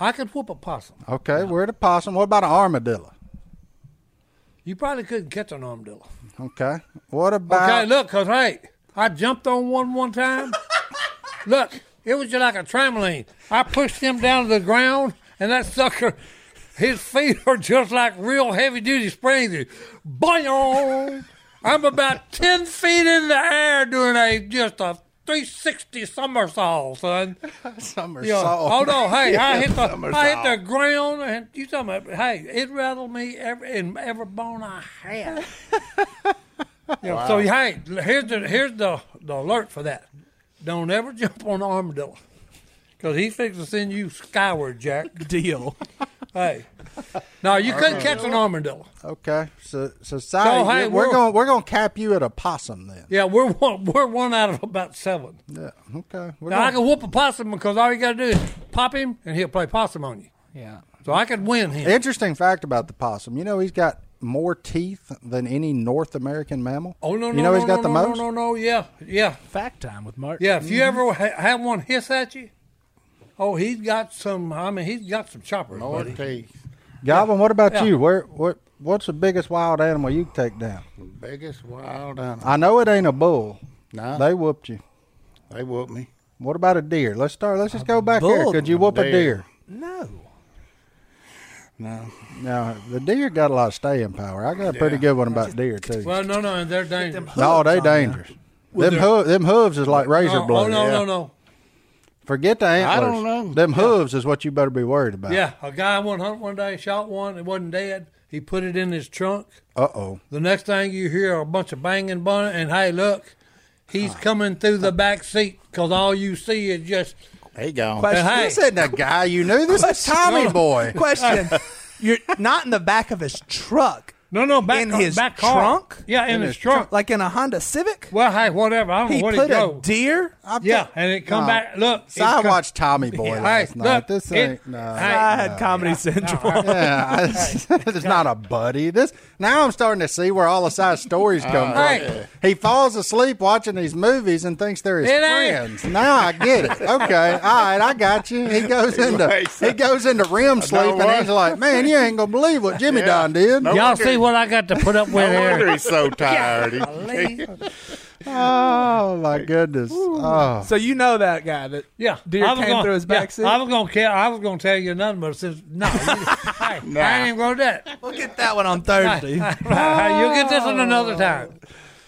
Speaker 3: I could whoop a possum.
Speaker 1: Okay, we're at a possum. What about an armadillo?
Speaker 3: You probably couldn't catch an armadillo.
Speaker 1: Okay. What about?
Speaker 3: Okay, look, cause hey, I jumped on one one time. look, it was just like a trampoline. I pushed him down to the ground, and that sucker His feet are just like real heavy duty springs. Boing! I'm about 10 feet in the air doing a just a 360 somersault, son.
Speaker 1: Summer
Speaker 3: Yeah. Oh
Speaker 1: salt.
Speaker 3: no! Hey, [laughs] I hit the I
Speaker 1: somersault.
Speaker 3: hit the ground, and you talking about? Hey, it rattled me every in every bone I [laughs] had. Yeah, So hey, here's the here's the, the alert for that. Don't ever jump on armadillo, because he fixes to send you skyward, Jack.
Speaker 4: Deal.
Speaker 3: Hey, no, you couldn't catch an armadillo.
Speaker 1: Okay. So so Sally,
Speaker 3: So, hey,
Speaker 1: you- we're
Speaker 3: we'll-
Speaker 1: going we're going to cap you at a possum then.
Speaker 3: Yeah, we're one we're one out of about seven.
Speaker 1: Yeah. Okay. We're
Speaker 3: Now
Speaker 1: gonna-
Speaker 3: I can whoop a possum because all you got to do is pop him, and he'll play possum on you.
Speaker 4: Yeah.
Speaker 3: So I could win him.
Speaker 1: Interesting fact about the possum. You know he's got more teeth than any North American mammal.
Speaker 3: Oh no! no
Speaker 1: You know
Speaker 3: no,
Speaker 1: he's got
Speaker 3: no,
Speaker 1: the
Speaker 3: no,
Speaker 1: most.
Speaker 3: No, no, no, yeah, yeah,
Speaker 4: Fact time with Mark.
Speaker 3: yeah. If you ever ha- have one hiss at you, oh, he's got some. I mean, he's got some choppers.
Speaker 2: More
Speaker 3: buddy.
Speaker 2: teeth.
Speaker 1: Goblin, what about
Speaker 3: Yeah.
Speaker 1: you? Where what what's the biggest wild animal you can take down?
Speaker 2: Biggest wild animal.
Speaker 1: I know it ain't a bull.
Speaker 2: Nah.
Speaker 1: They whooped you.
Speaker 2: They whoop me.
Speaker 1: What about a deer? Let's start. Let's just go back here.
Speaker 4: bull-
Speaker 1: Could you whoop a
Speaker 2: Deer.
Speaker 1: deer?
Speaker 4: No.
Speaker 2: No.
Speaker 1: Now the deer got a lot of staying power. I got a pretty
Speaker 2: Yeah.
Speaker 1: good one about deer too.
Speaker 3: Well, no, no, and they're dangerous.
Speaker 1: no, they
Speaker 4: hooves on
Speaker 1: dangerous. Them, hoo- them hooves is like razor
Speaker 3: No,
Speaker 1: blades.
Speaker 3: oh no,
Speaker 1: Yeah.
Speaker 3: no, no.
Speaker 1: Forget the antlers.
Speaker 2: don't know.
Speaker 1: Them hooves is what you better be worried about.
Speaker 3: Yeah, a guy went hunt one day, shot one, it wasn't dead. He put it in his trunk.
Speaker 1: Uh oh.
Speaker 3: The next thing you hear a bunch of banging, bun, and hey, look, he's coming through the back seat because all you see is just
Speaker 2: They gone.
Speaker 4: Question.
Speaker 3: Hey.
Speaker 1: Hey. This isn't a guy you knew. This is Tommy
Speaker 3: [laughs]
Speaker 1: Boy.
Speaker 4: Question. You're not in the back of his truck.
Speaker 3: no, no, back
Speaker 4: In his
Speaker 3: back car.
Speaker 4: trunk?
Speaker 3: Yeah, in, his, trunk.
Speaker 4: Like in a Honda Civic?
Speaker 3: Well, hey, whatever. I don't
Speaker 4: He
Speaker 3: know what
Speaker 4: put
Speaker 3: he
Speaker 4: a
Speaker 3: go.
Speaker 4: deer?
Speaker 3: Yeah, and it come
Speaker 1: No.
Speaker 3: back. Look,
Speaker 1: So I
Speaker 3: it come-
Speaker 1: watched Tommy Boy
Speaker 3: Yeah.
Speaker 1: last
Speaker 3: Hey,
Speaker 1: night.
Speaker 3: look,
Speaker 1: this
Speaker 3: it-
Speaker 1: ain't no.
Speaker 3: hey.
Speaker 4: I had Comedy Central.
Speaker 1: [laughs] Yeah, I- [laughs] it's not a buddy. This now I'm starting to see where all the side stories come from.
Speaker 3: Uh, Hey.
Speaker 1: He falls asleep watching these movies and thinks they're his
Speaker 3: It ain't.
Speaker 1: friends. Now I get it. Okay, all right, I got you. He goes into
Speaker 2: wakes
Speaker 1: he goes into REM sleep and
Speaker 2: what?
Speaker 1: he's like, "Man, you ain't gonna believe what Jimmy Don did."
Speaker 2: No.
Speaker 3: Y'all
Speaker 2: wonder-
Speaker 3: see what I got
Speaker 1: [laughs]
Speaker 3: to put up with
Speaker 2: No wonder
Speaker 3: here?
Speaker 2: he's
Speaker 3: [laughs]
Speaker 2: so tired. He-
Speaker 1: Oh my goodness! Oh,
Speaker 4: [laughs] So you know that guy that
Speaker 3: Yeah,
Speaker 4: deer
Speaker 3: I was
Speaker 4: came
Speaker 3: gonna-
Speaker 4: through his
Speaker 3: yeah,
Speaker 4: back seat.
Speaker 3: I was gonna tell. I was gonna tell you nothing, but since no, you, hey, I ain't even gonna
Speaker 1: [laughs]
Speaker 3: do that.
Speaker 4: We'll get that one
Speaker 3: [laughs]
Speaker 4: on Thursday.
Speaker 3: You'll get this one another time.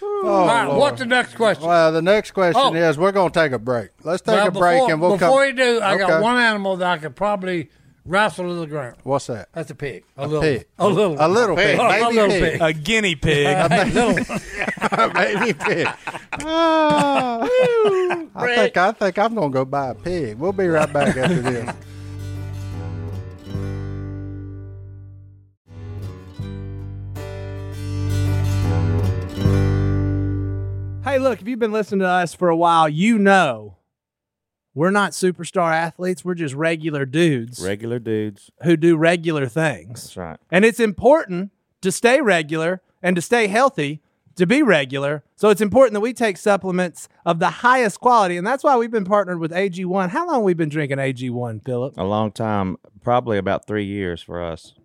Speaker 3: All right, what's the next question?
Speaker 1: Oh, well, the next question
Speaker 3: Oh.
Speaker 1: is: We're gonna take a break. Let's take
Speaker 3: Well,
Speaker 1: a break
Speaker 3: before,
Speaker 1: and we'll come.
Speaker 3: before you do, I
Speaker 1: Okay.
Speaker 3: got one animal that I could probably wrestle to the ground.
Speaker 1: What's
Speaker 3: [laughs]
Speaker 1: that?
Speaker 3: That's a pig. A, little.
Speaker 1: pig.
Speaker 3: A little.
Speaker 1: A little pig,
Speaker 2: pig.
Speaker 3: A
Speaker 1: baby
Speaker 3: little
Speaker 1: pig.
Speaker 3: pig.
Speaker 4: [laughs] a guinea pig.
Speaker 3: Hey, little.
Speaker 1: a baby pig. Ah. I think I think I'm gonna go buy a pig. We'll be right back after this.
Speaker 4: Hey, look, if you've been listening to us for a while, you know we're not superstar athletes. We're just regular dudes
Speaker 6: Regular dudes.
Speaker 4: who do regular things.
Speaker 6: That's right.
Speaker 4: And it's important to stay regular and to stay healthy to be regular. So it's important that we take supplements of the highest quality. And that's why we've been partnered with AG1. How long have we been drinking AG1, Philip?
Speaker 6: A long time, probably about three years for us.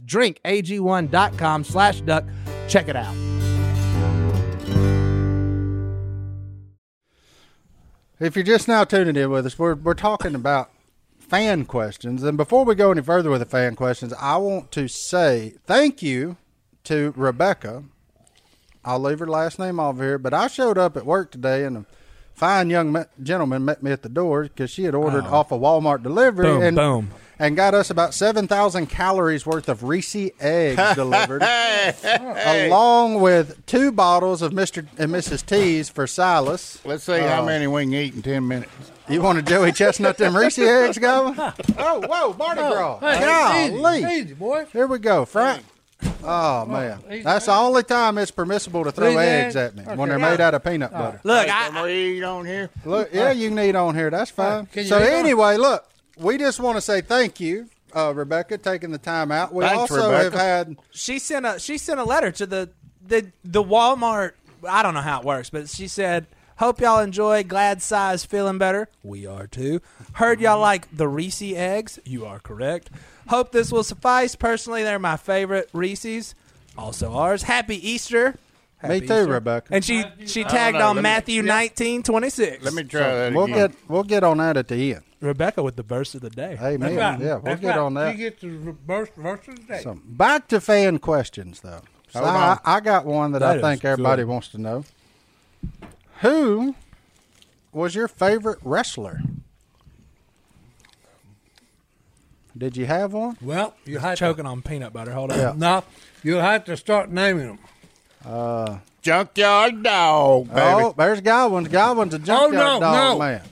Speaker 4: drinkag1.com slash duck. Check it out.
Speaker 1: If you're just now tuning in with us, we're, we're talking about fan questions. And before we go any further with the fan questions, I want to say thank you to Rebecca. I'll leave her last name off here, but I showed up at work today and a fine young me- gentleman met me at the door because she had ordered off a Walmart delivery
Speaker 4: Oh. Boom,
Speaker 1: and
Speaker 4: boom.
Speaker 1: and got us about 7,000 calories worth of Reese
Speaker 4: [laughs]
Speaker 1: eggs delivered, along with two bottles of Mr. and Mrs. T's for Silas.
Speaker 2: [laughs] Let's see how many we can eat in 10 minutes.
Speaker 1: You want to Joey Chestnut them Reese eggs going? Oh, whoa, Mardi Gras.
Speaker 3: [laughs] Hey,
Speaker 1: Golly.
Speaker 3: easy, easy, boy.
Speaker 1: Here we go, Frank. Oh, man.
Speaker 3: easy,
Speaker 1: That's the only time it's permissible to throw
Speaker 3: Reese
Speaker 1: eggs at
Speaker 3: eggs?
Speaker 1: me when they're made out of peanut butter.
Speaker 4: Look, I,
Speaker 2: Can we eat on here?
Speaker 1: Look, yeah, you can eat on here. That's fine.
Speaker 3: Can you
Speaker 1: So
Speaker 3: eat on?
Speaker 1: anyway, look, we just want to say thank you, uh, Rebecca, taking the time out. We
Speaker 2: Thanks,
Speaker 1: also have
Speaker 2: Rebecca.
Speaker 1: had
Speaker 4: she sent a she sent a letter to the the the Walmart. I don't know how it works, but she said, "Hope y'all enjoy. Glad size feeling better. We are too. Heard y'all like the Reese eggs. You are correct. Hope this will suffice. Personally, they're my favorite Reese's. Also ours. Happy Easter. Happy
Speaker 1: me too,
Speaker 4: Easter.
Speaker 1: Rebecca.
Speaker 4: And she she tagged
Speaker 2: know. Let
Speaker 4: on
Speaker 2: me-
Speaker 4: Matthew nineteen twenty six.
Speaker 2: Let me try that
Speaker 1: we'll
Speaker 2: again.
Speaker 1: get we'll get on that at the end.
Speaker 4: Rebecca with the verse of the day.
Speaker 1: Amen.
Speaker 3: Right.
Speaker 1: Yeah, we'll
Speaker 3: That's
Speaker 1: get
Speaker 3: right.
Speaker 1: on that.
Speaker 3: You get the reverse, reverse of the day.
Speaker 1: So, back to fan questions, though. So I,
Speaker 2: on.
Speaker 1: I got one that, I
Speaker 4: That
Speaker 1: think
Speaker 4: is
Speaker 1: everybody
Speaker 4: good.
Speaker 1: wants to know. Who was your favorite wrestler? Did you have one?
Speaker 3: Well, you have
Speaker 4: Choking on peanut butter. Hold on.
Speaker 3: to. No, you'll have to start naming them.
Speaker 2: Junkyard dog, baby.
Speaker 1: Oh, there's Godwin's. Godwin's a junkyard
Speaker 3: no,
Speaker 1: dog
Speaker 3: no.
Speaker 1: man.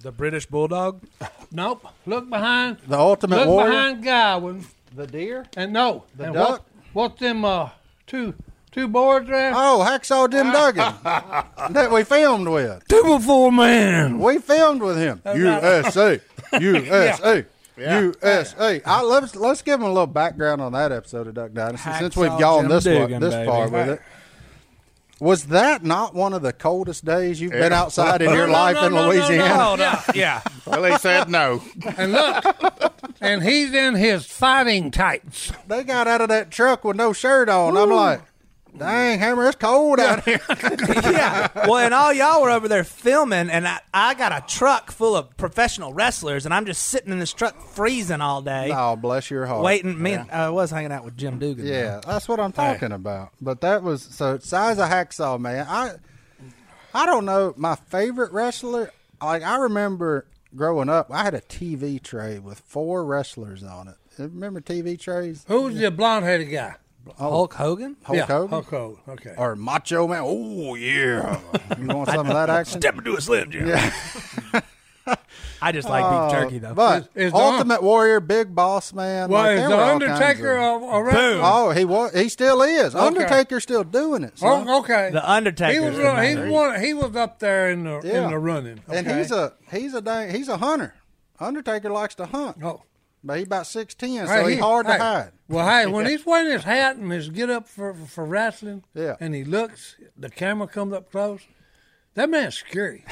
Speaker 4: The British Bulldog.
Speaker 3: [laughs] Nope. Look behind.
Speaker 1: The Ultimate
Speaker 3: Look
Speaker 1: Warrior.
Speaker 3: behind Godwin.
Speaker 1: The deer.
Speaker 3: And no.
Speaker 1: The
Speaker 3: and
Speaker 1: duck.
Speaker 3: What, what them uh, two two boards there?
Speaker 1: Oh, hacksaw Jim Duggan that we filmed with.
Speaker 3: two before man.
Speaker 1: We filmed with him.
Speaker 3: [laughs]
Speaker 1: USA, USA, USA. I let's let's give him a little background on that episode of Duck Dynasty since we've
Speaker 4: Hacksaw
Speaker 1: gone
Speaker 4: Jim
Speaker 1: this far,
Speaker 4: Dugan,
Speaker 1: this
Speaker 4: baby.
Speaker 1: far with it. Was that not one of the coldest days you've been
Speaker 2: Yeah.
Speaker 1: outside in your
Speaker 3: [laughs] no,
Speaker 1: life
Speaker 3: no,
Speaker 1: in
Speaker 3: no, no,
Speaker 1: Louisiana?
Speaker 3: no.
Speaker 4: Hold on. Yeah.
Speaker 2: Well, he said no.
Speaker 1: [laughs]
Speaker 3: And look, and he's in his fighting tights.
Speaker 1: They got out of that truck with no shirt on. I'm like, dang, Hammer, it's cold out here. [laughs]
Speaker 4: yeah. Well, and all y'all were over there filming, and I, I got a truck full of professional wrestlers, and I'm just sitting in this truck freezing all day,
Speaker 1: Oh, bless your heart.
Speaker 4: waiting. Me, and, I was hanging out with Jim Dugan.
Speaker 1: Yeah, that's what I'm talking about. But that was so size of hacksaw man. I I don't know my favorite wrestler. Like I remember growing up, I had a TV tray with four wrestlers on it. Remember TV trays?
Speaker 3: Who's the blonde headed guy?
Speaker 4: Hulk Hogan.
Speaker 1: Oh. Hulk
Speaker 3: yeah,
Speaker 1: Hogan
Speaker 3: Hulk Hogan. Okay.
Speaker 1: or Macho Man? Oh yeah, you want some
Speaker 3: [laughs]
Speaker 1: of that action?
Speaker 4: Step into a slim Jim. [laughs] I just like beef jerky though.
Speaker 1: Oh, But
Speaker 3: Is- is the-
Speaker 1: Ultimate Warrior, Big Boss Man.
Speaker 3: well,
Speaker 1: like,
Speaker 3: is
Speaker 1: there
Speaker 3: the
Speaker 1: were all kinds
Speaker 3: Undertaker
Speaker 1: of-
Speaker 3: a, a wrestler?
Speaker 1: [laughs] Oh, he was. He still is. Undertaker's still doing it. son.
Speaker 3: Oh, okay.
Speaker 4: the Undertaker.
Speaker 3: He was uh, he's one, he was up there in the
Speaker 1: Yeah.
Speaker 3: in the running.
Speaker 1: And
Speaker 3: Oh, okay?
Speaker 1: he's a he's a dang, he's a hunter. Undertaker likes to hunt,
Speaker 3: oh.
Speaker 1: but he about six ten,
Speaker 3: Hey,
Speaker 1: so he's
Speaker 3: he-
Speaker 1: hard
Speaker 3: hey.
Speaker 1: to hide.
Speaker 3: Well, hey,
Speaker 1: [laughs]
Speaker 3: when he's wearing his hat and his get up for for wrestling,
Speaker 1: Yeah.
Speaker 3: and he looks, the camera comes up close. That man's scary.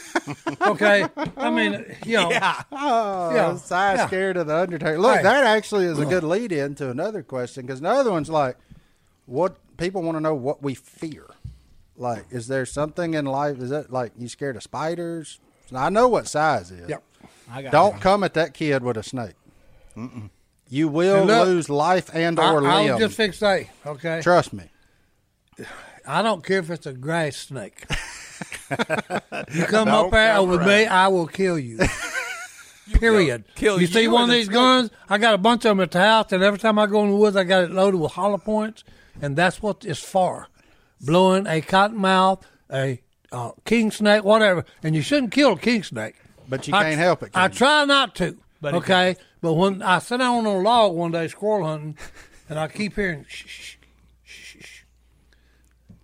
Speaker 3: [laughs] okay, I mean, you know,
Speaker 4: yeah.
Speaker 1: Oh,
Speaker 3: Yeah.
Speaker 1: yeah, I
Speaker 3: Yeah.
Speaker 1: scared of the Undertaker. Look,
Speaker 3: Hey.
Speaker 1: that actually is a good lead in to another question because another one's like, what people want to know what we fear. Like, is there something in life? Is that like you scared of spiders? Now, I know what size is.
Speaker 3: Yep.
Speaker 4: I got
Speaker 1: Don't come at that kid with a snake. You will
Speaker 3: And look,
Speaker 1: lose life and or
Speaker 3: I, I
Speaker 1: limb.
Speaker 3: was just fixed say, okay,
Speaker 1: Trust me.
Speaker 3: I don't care if it's a
Speaker 1: [laughs]
Speaker 3: grass snake. you come
Speaker 2: Don't
Speaker 3: up there
Speaker 2: come
Speaker 3: with me, I will
Speaker 1: [laughs]
Speaker 3: kill you. Period.
Speaker 4: kill
Speaker 3: you see
Speaker 4: you
Speaker 3: one of
Speaker 4: and the
Speaker 3: these guns? I got a bunch of them at the house, and every time I go in the woods, I got it loaded with hollow points, and that's what it's for. Blowing a cottonmouth, a uh, king snake, whatever. And you shouldn't kill a king snake.
Speaker 1: But you
Speaker 3: I-
Speaker 1: can't help it.
Speaker 3: I
Speaker 1: can you?
Speaker 3: try not to. okay, but when I sit down on a log one day squirrel hunting, and I keep hearing shh, shh, shh, shh, shh.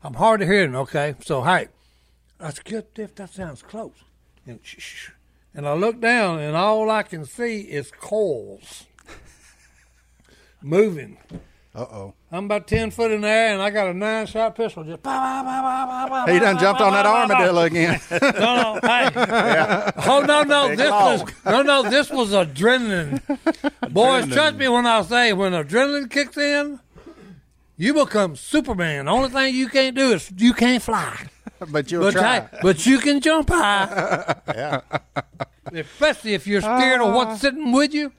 Speaker 3: I'm hard of hearing. Okay, so hey, I said, "Good if that sounds close," and shh, shh, shh. and I look down, and all I can see is coils [laughs] moving.
Speaker 1: Uh-oh.
Speaker 3: I'm about ten foot in the air, and I got a nine shot pistol. Just pow, pow, pow, pow, pow, pow,
Speaker 1: He done
Speaker 3: pow,
Speaker 1: jumped
Speaker 3: pow,
Speaker 1: on that
Speaker 3: pow, pow, pow.
Speaker 1: armadillo again.
Speaker 3: [laughs] No, no, hey. Oh no, no, this was no, no, this was adrenaline.
Speaker 1: [laughs]
Speaker 3: Boys, trust me when I say when adrenaline kicks in, you become Superman. The only thing you can't do is you
Speaker 1: [laughs]
Speaker 3: can't fly,
Speaker 1: but you'll
Speaker 3: but
Speaker 1: try.
Speaker 3: hey, but you can jump high.
Speaker 1: [laughs]
Speaker 3: yeah. Especially if you're scared of
Speaker 1: Ah.
Speaker 3: what's sitting with you.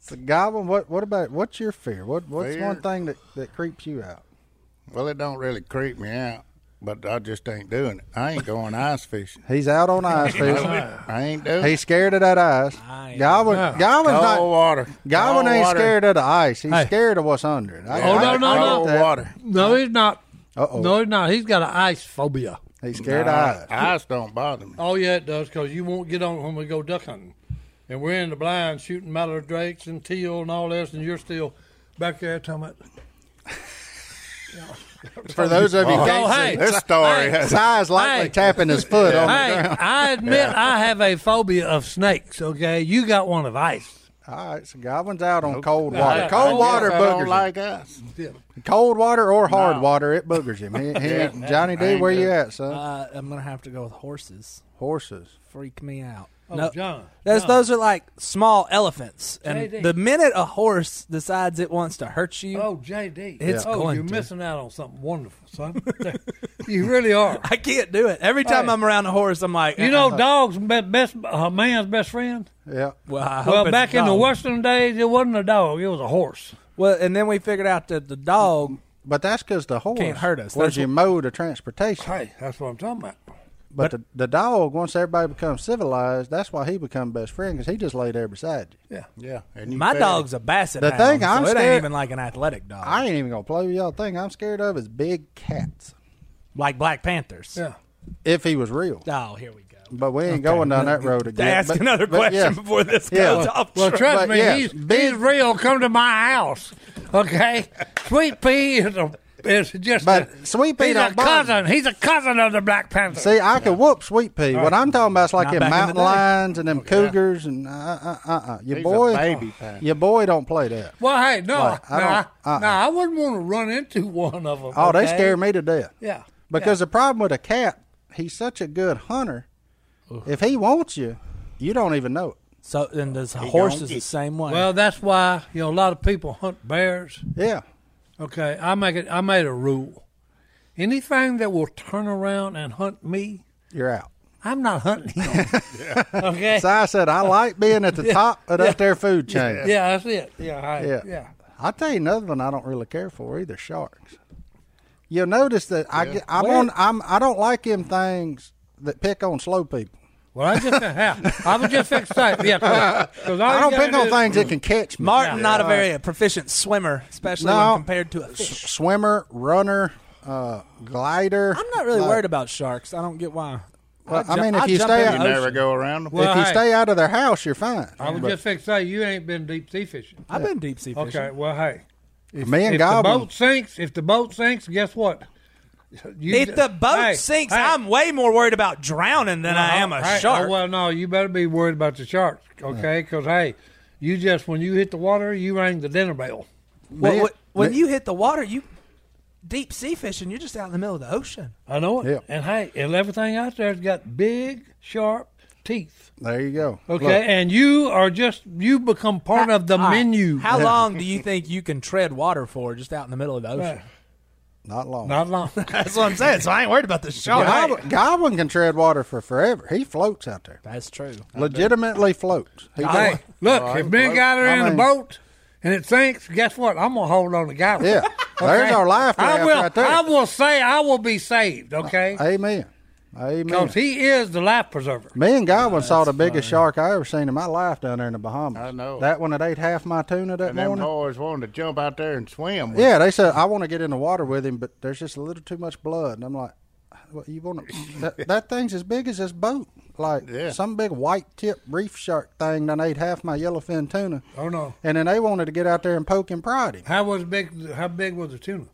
Speaker 1: So, Goblin, what what about what's your fear? What what's
Speaker 2: Fear?
Speaker 1: one thing that, that creeps you out?
Speaker 2: [laughs] Well, it don't really creep me out, but I just ain't doing it. I ain't going ice fishing.
Speaker 1: He's out on ice fishing.
Speaker 2: I ain't doing it.
Speaker 1: He's scared of that ice.
Speaker 4: I-
Speaker 1: Goblin, Goblin's
Speaker 2: Cold
Speaker 1: not.
Speaker 2: water.
Speaker 1: Goblin
Speaker 2: Cold
Speaker 1: ain't
Speaker 2: water.
Speaker 1: scared of the ice. He's
Speaker 3: Hey.
Speaker 1: scared of what's under it. I-
Speaker 3: Oh,
Speaker 1: I-
Speaker 3: no, no,
Speaker 1: I get
Speaker 3: no.
Speaker 2: Cold
Speaker 1: that.
Speaker 2: water.
Speaker 3: No, he's not.
Speaker 1: Uh-oh.
Speaker 3: No, he's not. He's got an ice phobia.
Speaker 1: He's scared
Speaker 2: Nah,
Speaker 1: of ice.
Speaker 2: ice don't bother me.
Speaker 3: Oh yeah, it does, 'cause you won't get on when we go duck hunting, and we're in the blind shooting mallard drakes and teal and all this, and you're still back there talking about.
Speaker 1: For those of you who
Speaker 3: Oh,
Speaker 1: can't
Speaker 3: hey,
Speaker 2: This story.
Speaker 3: hey,
Speaker 1: see, Si's lightly
Speaker 3: Hey.
Speaker 1: tapping his foot on the
Speaker 3: hey,
Speaker 1: ground.
Speaker 3: I admit I have a phobia of snakes. Okay, you got one of ice.
Speaker 1: All right, so Goblin's out on cold
Speaker 3: I-
Speaker 1: water.
Speaker 3: I
Speaker 1: Cold
Speaker 2: Yes,
Speaker 1: water
Speaker 2: I don't
Speaker 1: boogers him.
Speaker 2: like ice.
Speaker 1: Cold water or hard
Speaker 2: No.
Speaker 1: water, it boogers him. He, he
Speaker 2: Yeah.
Speaker 1: Johnny D,
Speaker 2: Ain't
Speaker 1: where you
Speaker 2: good.
Speaker 1: at, son?
Speaker 4: Uh, I'm gonna have to go with horses.
Speaker 1: Horses.
Speaker 4: Freak me out.
Speaker 3: Oh, John,
Speaker 4: Those,
Speaker 3: John.
Speaker 4: those are like small elephants, and
Speaker 3: JD.
Speaker 4: the minute a horse decides it wants to hurt you,
Speaker 3: Oh, JD.
Speaker 4: It's
Speaker 3: oh,
Speaker 4: going
Speaker 3: you're
Speaker 4: to.
Speaker 3: missing out on something wonderful, [laughs] son. you really are.
Speaker 4: I can't do it. Every time
Speaker 3: Hey.
Speaker 4: I'm around a horse, I'm like,
Speaker 3: You know,
Speaker 4: uh-uh.
Speaker 3: dogs be- best uh, man's best friend.
Speaker 1: Yeah.
Speaker 4: Well, I hope
Speaker 3: Well,
Speaker 4: it's a
Speaker 3: back in the
Speaker 4: dog.
Speaker 3: western days, it wasn't a dog; it was a horse.
Speaker 4: Well, and then we figured out that the dog.
Speaker 1: But that's because the horse
Speaker 4: Can't hurt us.
Speaker 1: was
Speaker 4: That's
Speaker 1: your
Speaker 4: what-
Speaker 1: mode of transportation.
Speaker 3: Hey, that's what I'm talking about.
Speaker 1: But, the, the dog, once everybody becomes civilized, that's why he become best friend because he just lay there beside you.
Speaker 3: Yeah.
Speaker 2: Yeah. and you
Speaker 4: My
Speaker 2: fed-
Speaker 4: dog's a basset
Speaker 1: The
Speaker 4: hound,
Speaker 1: thing I'm
Speaker 4: so it
Speaker 1: scared-
Speaker 4: ain't even like an athletic dog,
Speaker 1: I ain't even gonna play with y'all. The thing I'm scared of is big cats.
Speaker 4: like black panthers.
Speaker 3: Yeah.
Speaker 1: If he was real,
Speaker 4: Oh, here we go.
Speaker 1: but we ain't going down
Speaker 4: [laughs]
Speaker 1: that road
Speaker 4: To
Speaker 1: again.
Speaker 4: ask
Speaker 1: But-
Speaker 4: another
Speaker 1: but
Speaker 4: question
Speaker 1: yeah.
Speaker 4: before this
Speaker 1: Yeah.
Speaker 4: goes off.
Speaker 3: Well,
Speaker 4: track.
Speaker 3: trust
Speaker 1: But
Speaker 3: me,
Speaker 1: yeah,
Speaker 3: he's,
Speaker 1: big-
Speaker 3: he's real. Come to my house, okay? Sweet Pea is, a, is just
Speaker 1: But
Speaker 3: a,
Speaker 1: Sweet Pea
Speaker 3: He's
Speaker 1: don't
Speaker 3: a
Speaker 1: bother
Speaker 3: cousin. He's a cousin of the Black Panther.
Speaker 1: See, I could whoop Sweet Pea. What I'm talking about is like
Speaker 4: Not
Speaker 1: them
Speaker 4: back in the
Speaker 1: mountain
Speaker 4: day.
Speaker 1: lions and them cougars and uh uh uh uh. Your
Speaker 2: He's a
Speaker 1: boy,
Speaker 2: baby pie.
Speaker 1: your boy don't play that.
Speaker 3: well, hey, no,
Speaker 1: Well, I
Speaker 3: no, I,
Speaker 1: don't- uh-uh.
Speaker 3: no, I wouldn't want to run into [laughs] one of them.
Speaker 1: Oh, they
Speaker 3: okay?
Speaker 1: scare me to death.
Speaker 3: Yeah,
Speaker 1: Because the problem with a cat, he's such a good hunter. If he wants you, you don't even know it.
Speaker 4: So then does the horse is the same way.
Speaker 3: Well, that's why you know a lot of people hunt bears.
Speaker 1: Yeah.
Speaker 3: Okay, I make it. I made a rule: anything that will turn around and hunt me,
Speaker 1: You're out.
Speaker 3: I'm not
Speaker 1: [laughs]
Speaker 3: hunting him. Okay.
Speaker 1: So I said, I like being
Speaker 3: [laughs]
Speaker 1: at the top of that there food chain.
Speaker 3: yeah, that's it. Yeah, I,
Speaker 1: Yeah.
Speaker 3: yeah,
Speaker 1: I'll tell you another one I don't really care for either sharks. You'll notice that I get, I'm
Speaker 4: Well-
Speaker 1: on, I'm, I don't like them things that pick on slow people.
Speaker 3: Well, I just yeah, I was just excited. Yeah, because
Speaker 1: I don't pick on things that can catch me.
Speaker 4: Martin, not a very proficient swimmer, especially
Speaker 1: No.
Speaker 4: when compared to a fish.
Speaker 1: swimmer, runner, uh, glider.
Speaker 4: I'm not really
Speaker 1: Like,
Speaker 4: worried about sharks. I don't get why.
Speaker 1: Well, I
Speaker 4: ju-
Speaker 1: mean, if
Speaker 4: I'd
Speaker 1: you
Speaker 4: jump
Speaker 1: stay
Speaker 4: in
Speaker 1: out-
Speaker 2: You
Speaker 4: the ocean.
Speaker 2: never go around them.
Speaker 3: Well,
Speaker 1: if you
Speaker 3: hey.
Speaker 1: stay out of their house, you're fine.
Speaker 3: I was
Speaker 1: But
Speaker 3: just fixing to say you ain't been deep sea fishing.
Speaker 4: I've been deep sea fishing.
Speaker 3: Okay, well, hey, if,
Speaker 1: Me and
Speaker 3: if
Speaker 1: Goblin-
Speaker 3: the boat sinks, if the boat sinks, guess what? You
Speaker 4: If
Speaker 3: ju-
Speaker 4: the boat
Speaker 3: hey,
Speaker 4: sinks,
Speaker 3: hey,
Speaker 4: I'm way more worried about drowning than I am a
Speaker 3: hey,
Speaker 4: shark.
Speaker 3: oh, well, no, you better be worried about the sharks, okay? Because hey, you just when you hit the water, you rang the dinner bell.
Speaker 4: Well,
Speaker 1: Man,
Speaker 4: when- when
Speaker 1: man.
Speaker 4: you hit the water, you deep sea fishing. You're just out in the middle of the ocean.
Speaker 3: I know it.
Speaker 1: Yeah.
Speaker 3: And hey, and everything out there's got big, sharp teeth.
Speaker 1: there you go.
Speaker 3: Okay,
Speaker 1: Look,
Speaker 3: and you are just you become part of the
Speaker 4: All right.
Speaker 3: menu.
Speaker 4: How long do you think you can tread water for just out in the middle of the ocean?
Speaker 1: not long.
Speaker 3: Not long. [laughs]
Speaker 4: That's what I'm saying. So I ain't worried about the shark.
Speaker 1: Goblin, Goblin can tread water for forever. He floats out there.
Speaker 4: That's true.
Speaker 1: Legitimately floats. He
Speaker 4: I-
Speaker 3: Hey, look, if me and Guy are
Speaker 1: I
Speaker 3: in a
Speaker 1: mean-
Speaker 3: boat and it sinks, guess what? I'm gonna hold on to Guy.
Speaker 1: yeah. There's our life
Speaker 3: [laughs] I
Speaker 1: raft
Speaker 3: will.
Speaker 1: right there. Oh,
Speaker 3: I will say I will be saved. Okay,
Speaker 1: Amen. Amen.
Speaker 3: because he is the life preserver.
Speaker 1: Me and Godwin saw the biggest shark I ever seen in my life down there in the Bahamas.
Speaker 2: I know.
Speaker 1: That one that ate half my tuna that
Speaker 2: And them
Speaker 1: morning.
Speaker 2: boys wanted to jump out there and swim. With
Speaker 1: Yeah, they said I want to get in the water with him, but there's just a little too much blood, and I'm like, well, you
Speaker 3: [laughs]
Speaker 1: want to? That, that thing's as big as this boat. Like
Speaker 2: Yeah.
Speaker 1: some big white tip reef shark thing done ate half my yellowfin tuna,
Speaker 3: Oh no!
Speaker 1: and then they wanted to get out there and poke and prod him.
Speaker 3: How was big? How big was the tuna?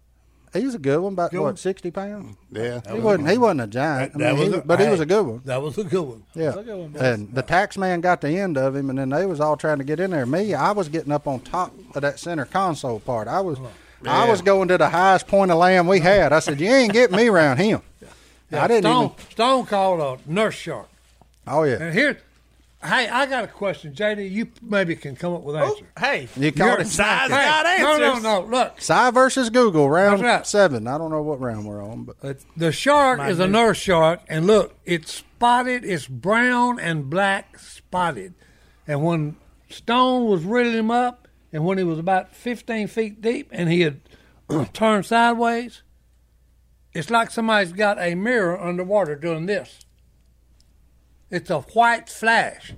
Speaker 1: He was a good one, about
Speaker 3: Good one.
Speaker 1: what sixty pounds.
Speaker 2: Yeah.
Speaker 1: He wasn't. He wasn't a giant. I
Speaker 3: That- that
Speaker 1: mean,
Speaker 3: was
Speaker 1: he-
Speaker 3: a-
Speaker 1: but he was
Speaker 3: hey.
Speaker 1: a good one.
Speaker 3: That was a good one.
Speaker 1: Yeah. And the tax man got the end of him, and then they was all trying to get in there. Me, I was getting up on top of that center console part. I was, I was going to the highest point of land we had. I said, "You ain't getting me around him." I didn't
Speaker 3: Stone
Speaker 1: even.
Speaker 3: Stone called a nurse shark.
Speaker 1: Oh yeah,
Speaker 3: And here, hey, I got a question, JD. You maybe can come up with
Speaker 1: Oh,
Speaker 3: an answer.
Speaker 4: Hey,
Speaker 1: you caught it.
Speaker 4: Si- I've got
Speaker 3: no, no,
Speaker 4: answers.
Speaker 3: no. Look,
Speaker 1: Psy versus Google round
Speaker 3: That's right.
Speaker 1: seven. I don't know what round we're on, but
Speaker 3: the shark is a nurse shark, and look, it's spotted. It's brown and black spotted. And when Stone was reeling him up, and when he was about 15 feet deep, and he had [clears throat] turned sideways, it's like somebody's got a mirror underwater doing this. It's a white flash.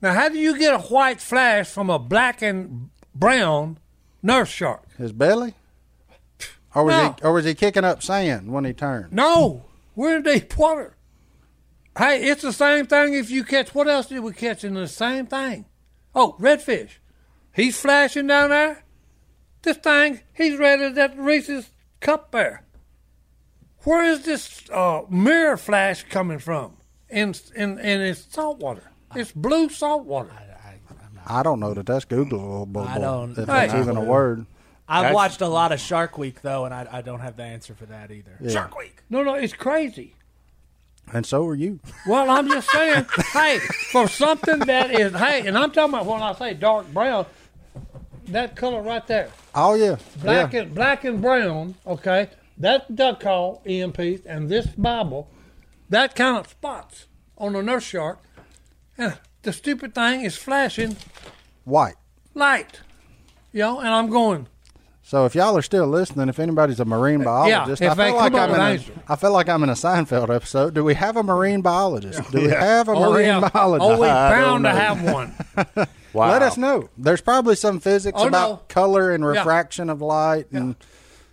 Speaker 3: Now, how do you get a white flash from a black and brown nurse shark?
Speaker 1: his belly. Or was
Speaker 3: No.
Speaker 1: he? Or was he kicking up sand when he turned?
Speaker 3: No, we're in deep water. Hey, it's the same thing if you catch. What else did we catch in the same thing? Oh, redfish. He's flashing down there. This thing, he's red as that Reese's cup there. Where is this uh, mirror flash coming from? In in in it's salt water. It's blue salt water.
Speaker 1: I don't know that that's Google.
Speaker 4: I don't-
Speaker 1: If
Speaker 3: Hey.
Speaker 1: that's even a word.
Speaker 4: I've
Speaker 2: That's-
Speaker 4: watched a lot of Shark Week though, and I, I don't have the answer for that either. Shark Week.
Speaker 3: No, no, it's crazy.
Speaker 1: And so are you.
Speaker 3: Well, I'm just saying, hey, for something that is, hey, and I'm talking about when I say dark brown, that color right there,
Speaker 1: Oh yeah.
Speaker 3: black
Speaker 1: yeah.
Speaker 3: and black and brown, okay, that duck call EMP and this Bible, that kind of spots on a nurse shark, and the stupid thing is flashing
Speaker 1: White.
Speaker 3: light, you know, and I'm going,
Speaker 1: So if y'all are still listening, if anybody's a marine biologist,
Speaker 3: if
Speaker 1: I
Speaker 3: they
Speaker 1: feel like
Speaker 3: come up
Speaker 1: I'm in
Speaker 3: with
Speaker 1: a,
Speaker 3: answers.
Speaker 1: I feel like I'm in a Seinfeld episode. Do we have a marine biologist? Do we have a
Speaker 3: oh
Speaker 1: marine
Speaker 3: yeah,
Speaker 1: biologist?
Speaker 3: oh we
Speaker 1: [laughs] I don't
Speaker 3: bound to
Speaker 1: know.
Speaker 3: have one.
Speaker 6: Wow.
Speaker 1: Let us know. There's probably some physics
Speaker 3: Oh,
Speaker 1: about
Speaker 3: no.
Speaker 1: color and
Speaker 3: Yeah.
Speaker 1: refraction of light, and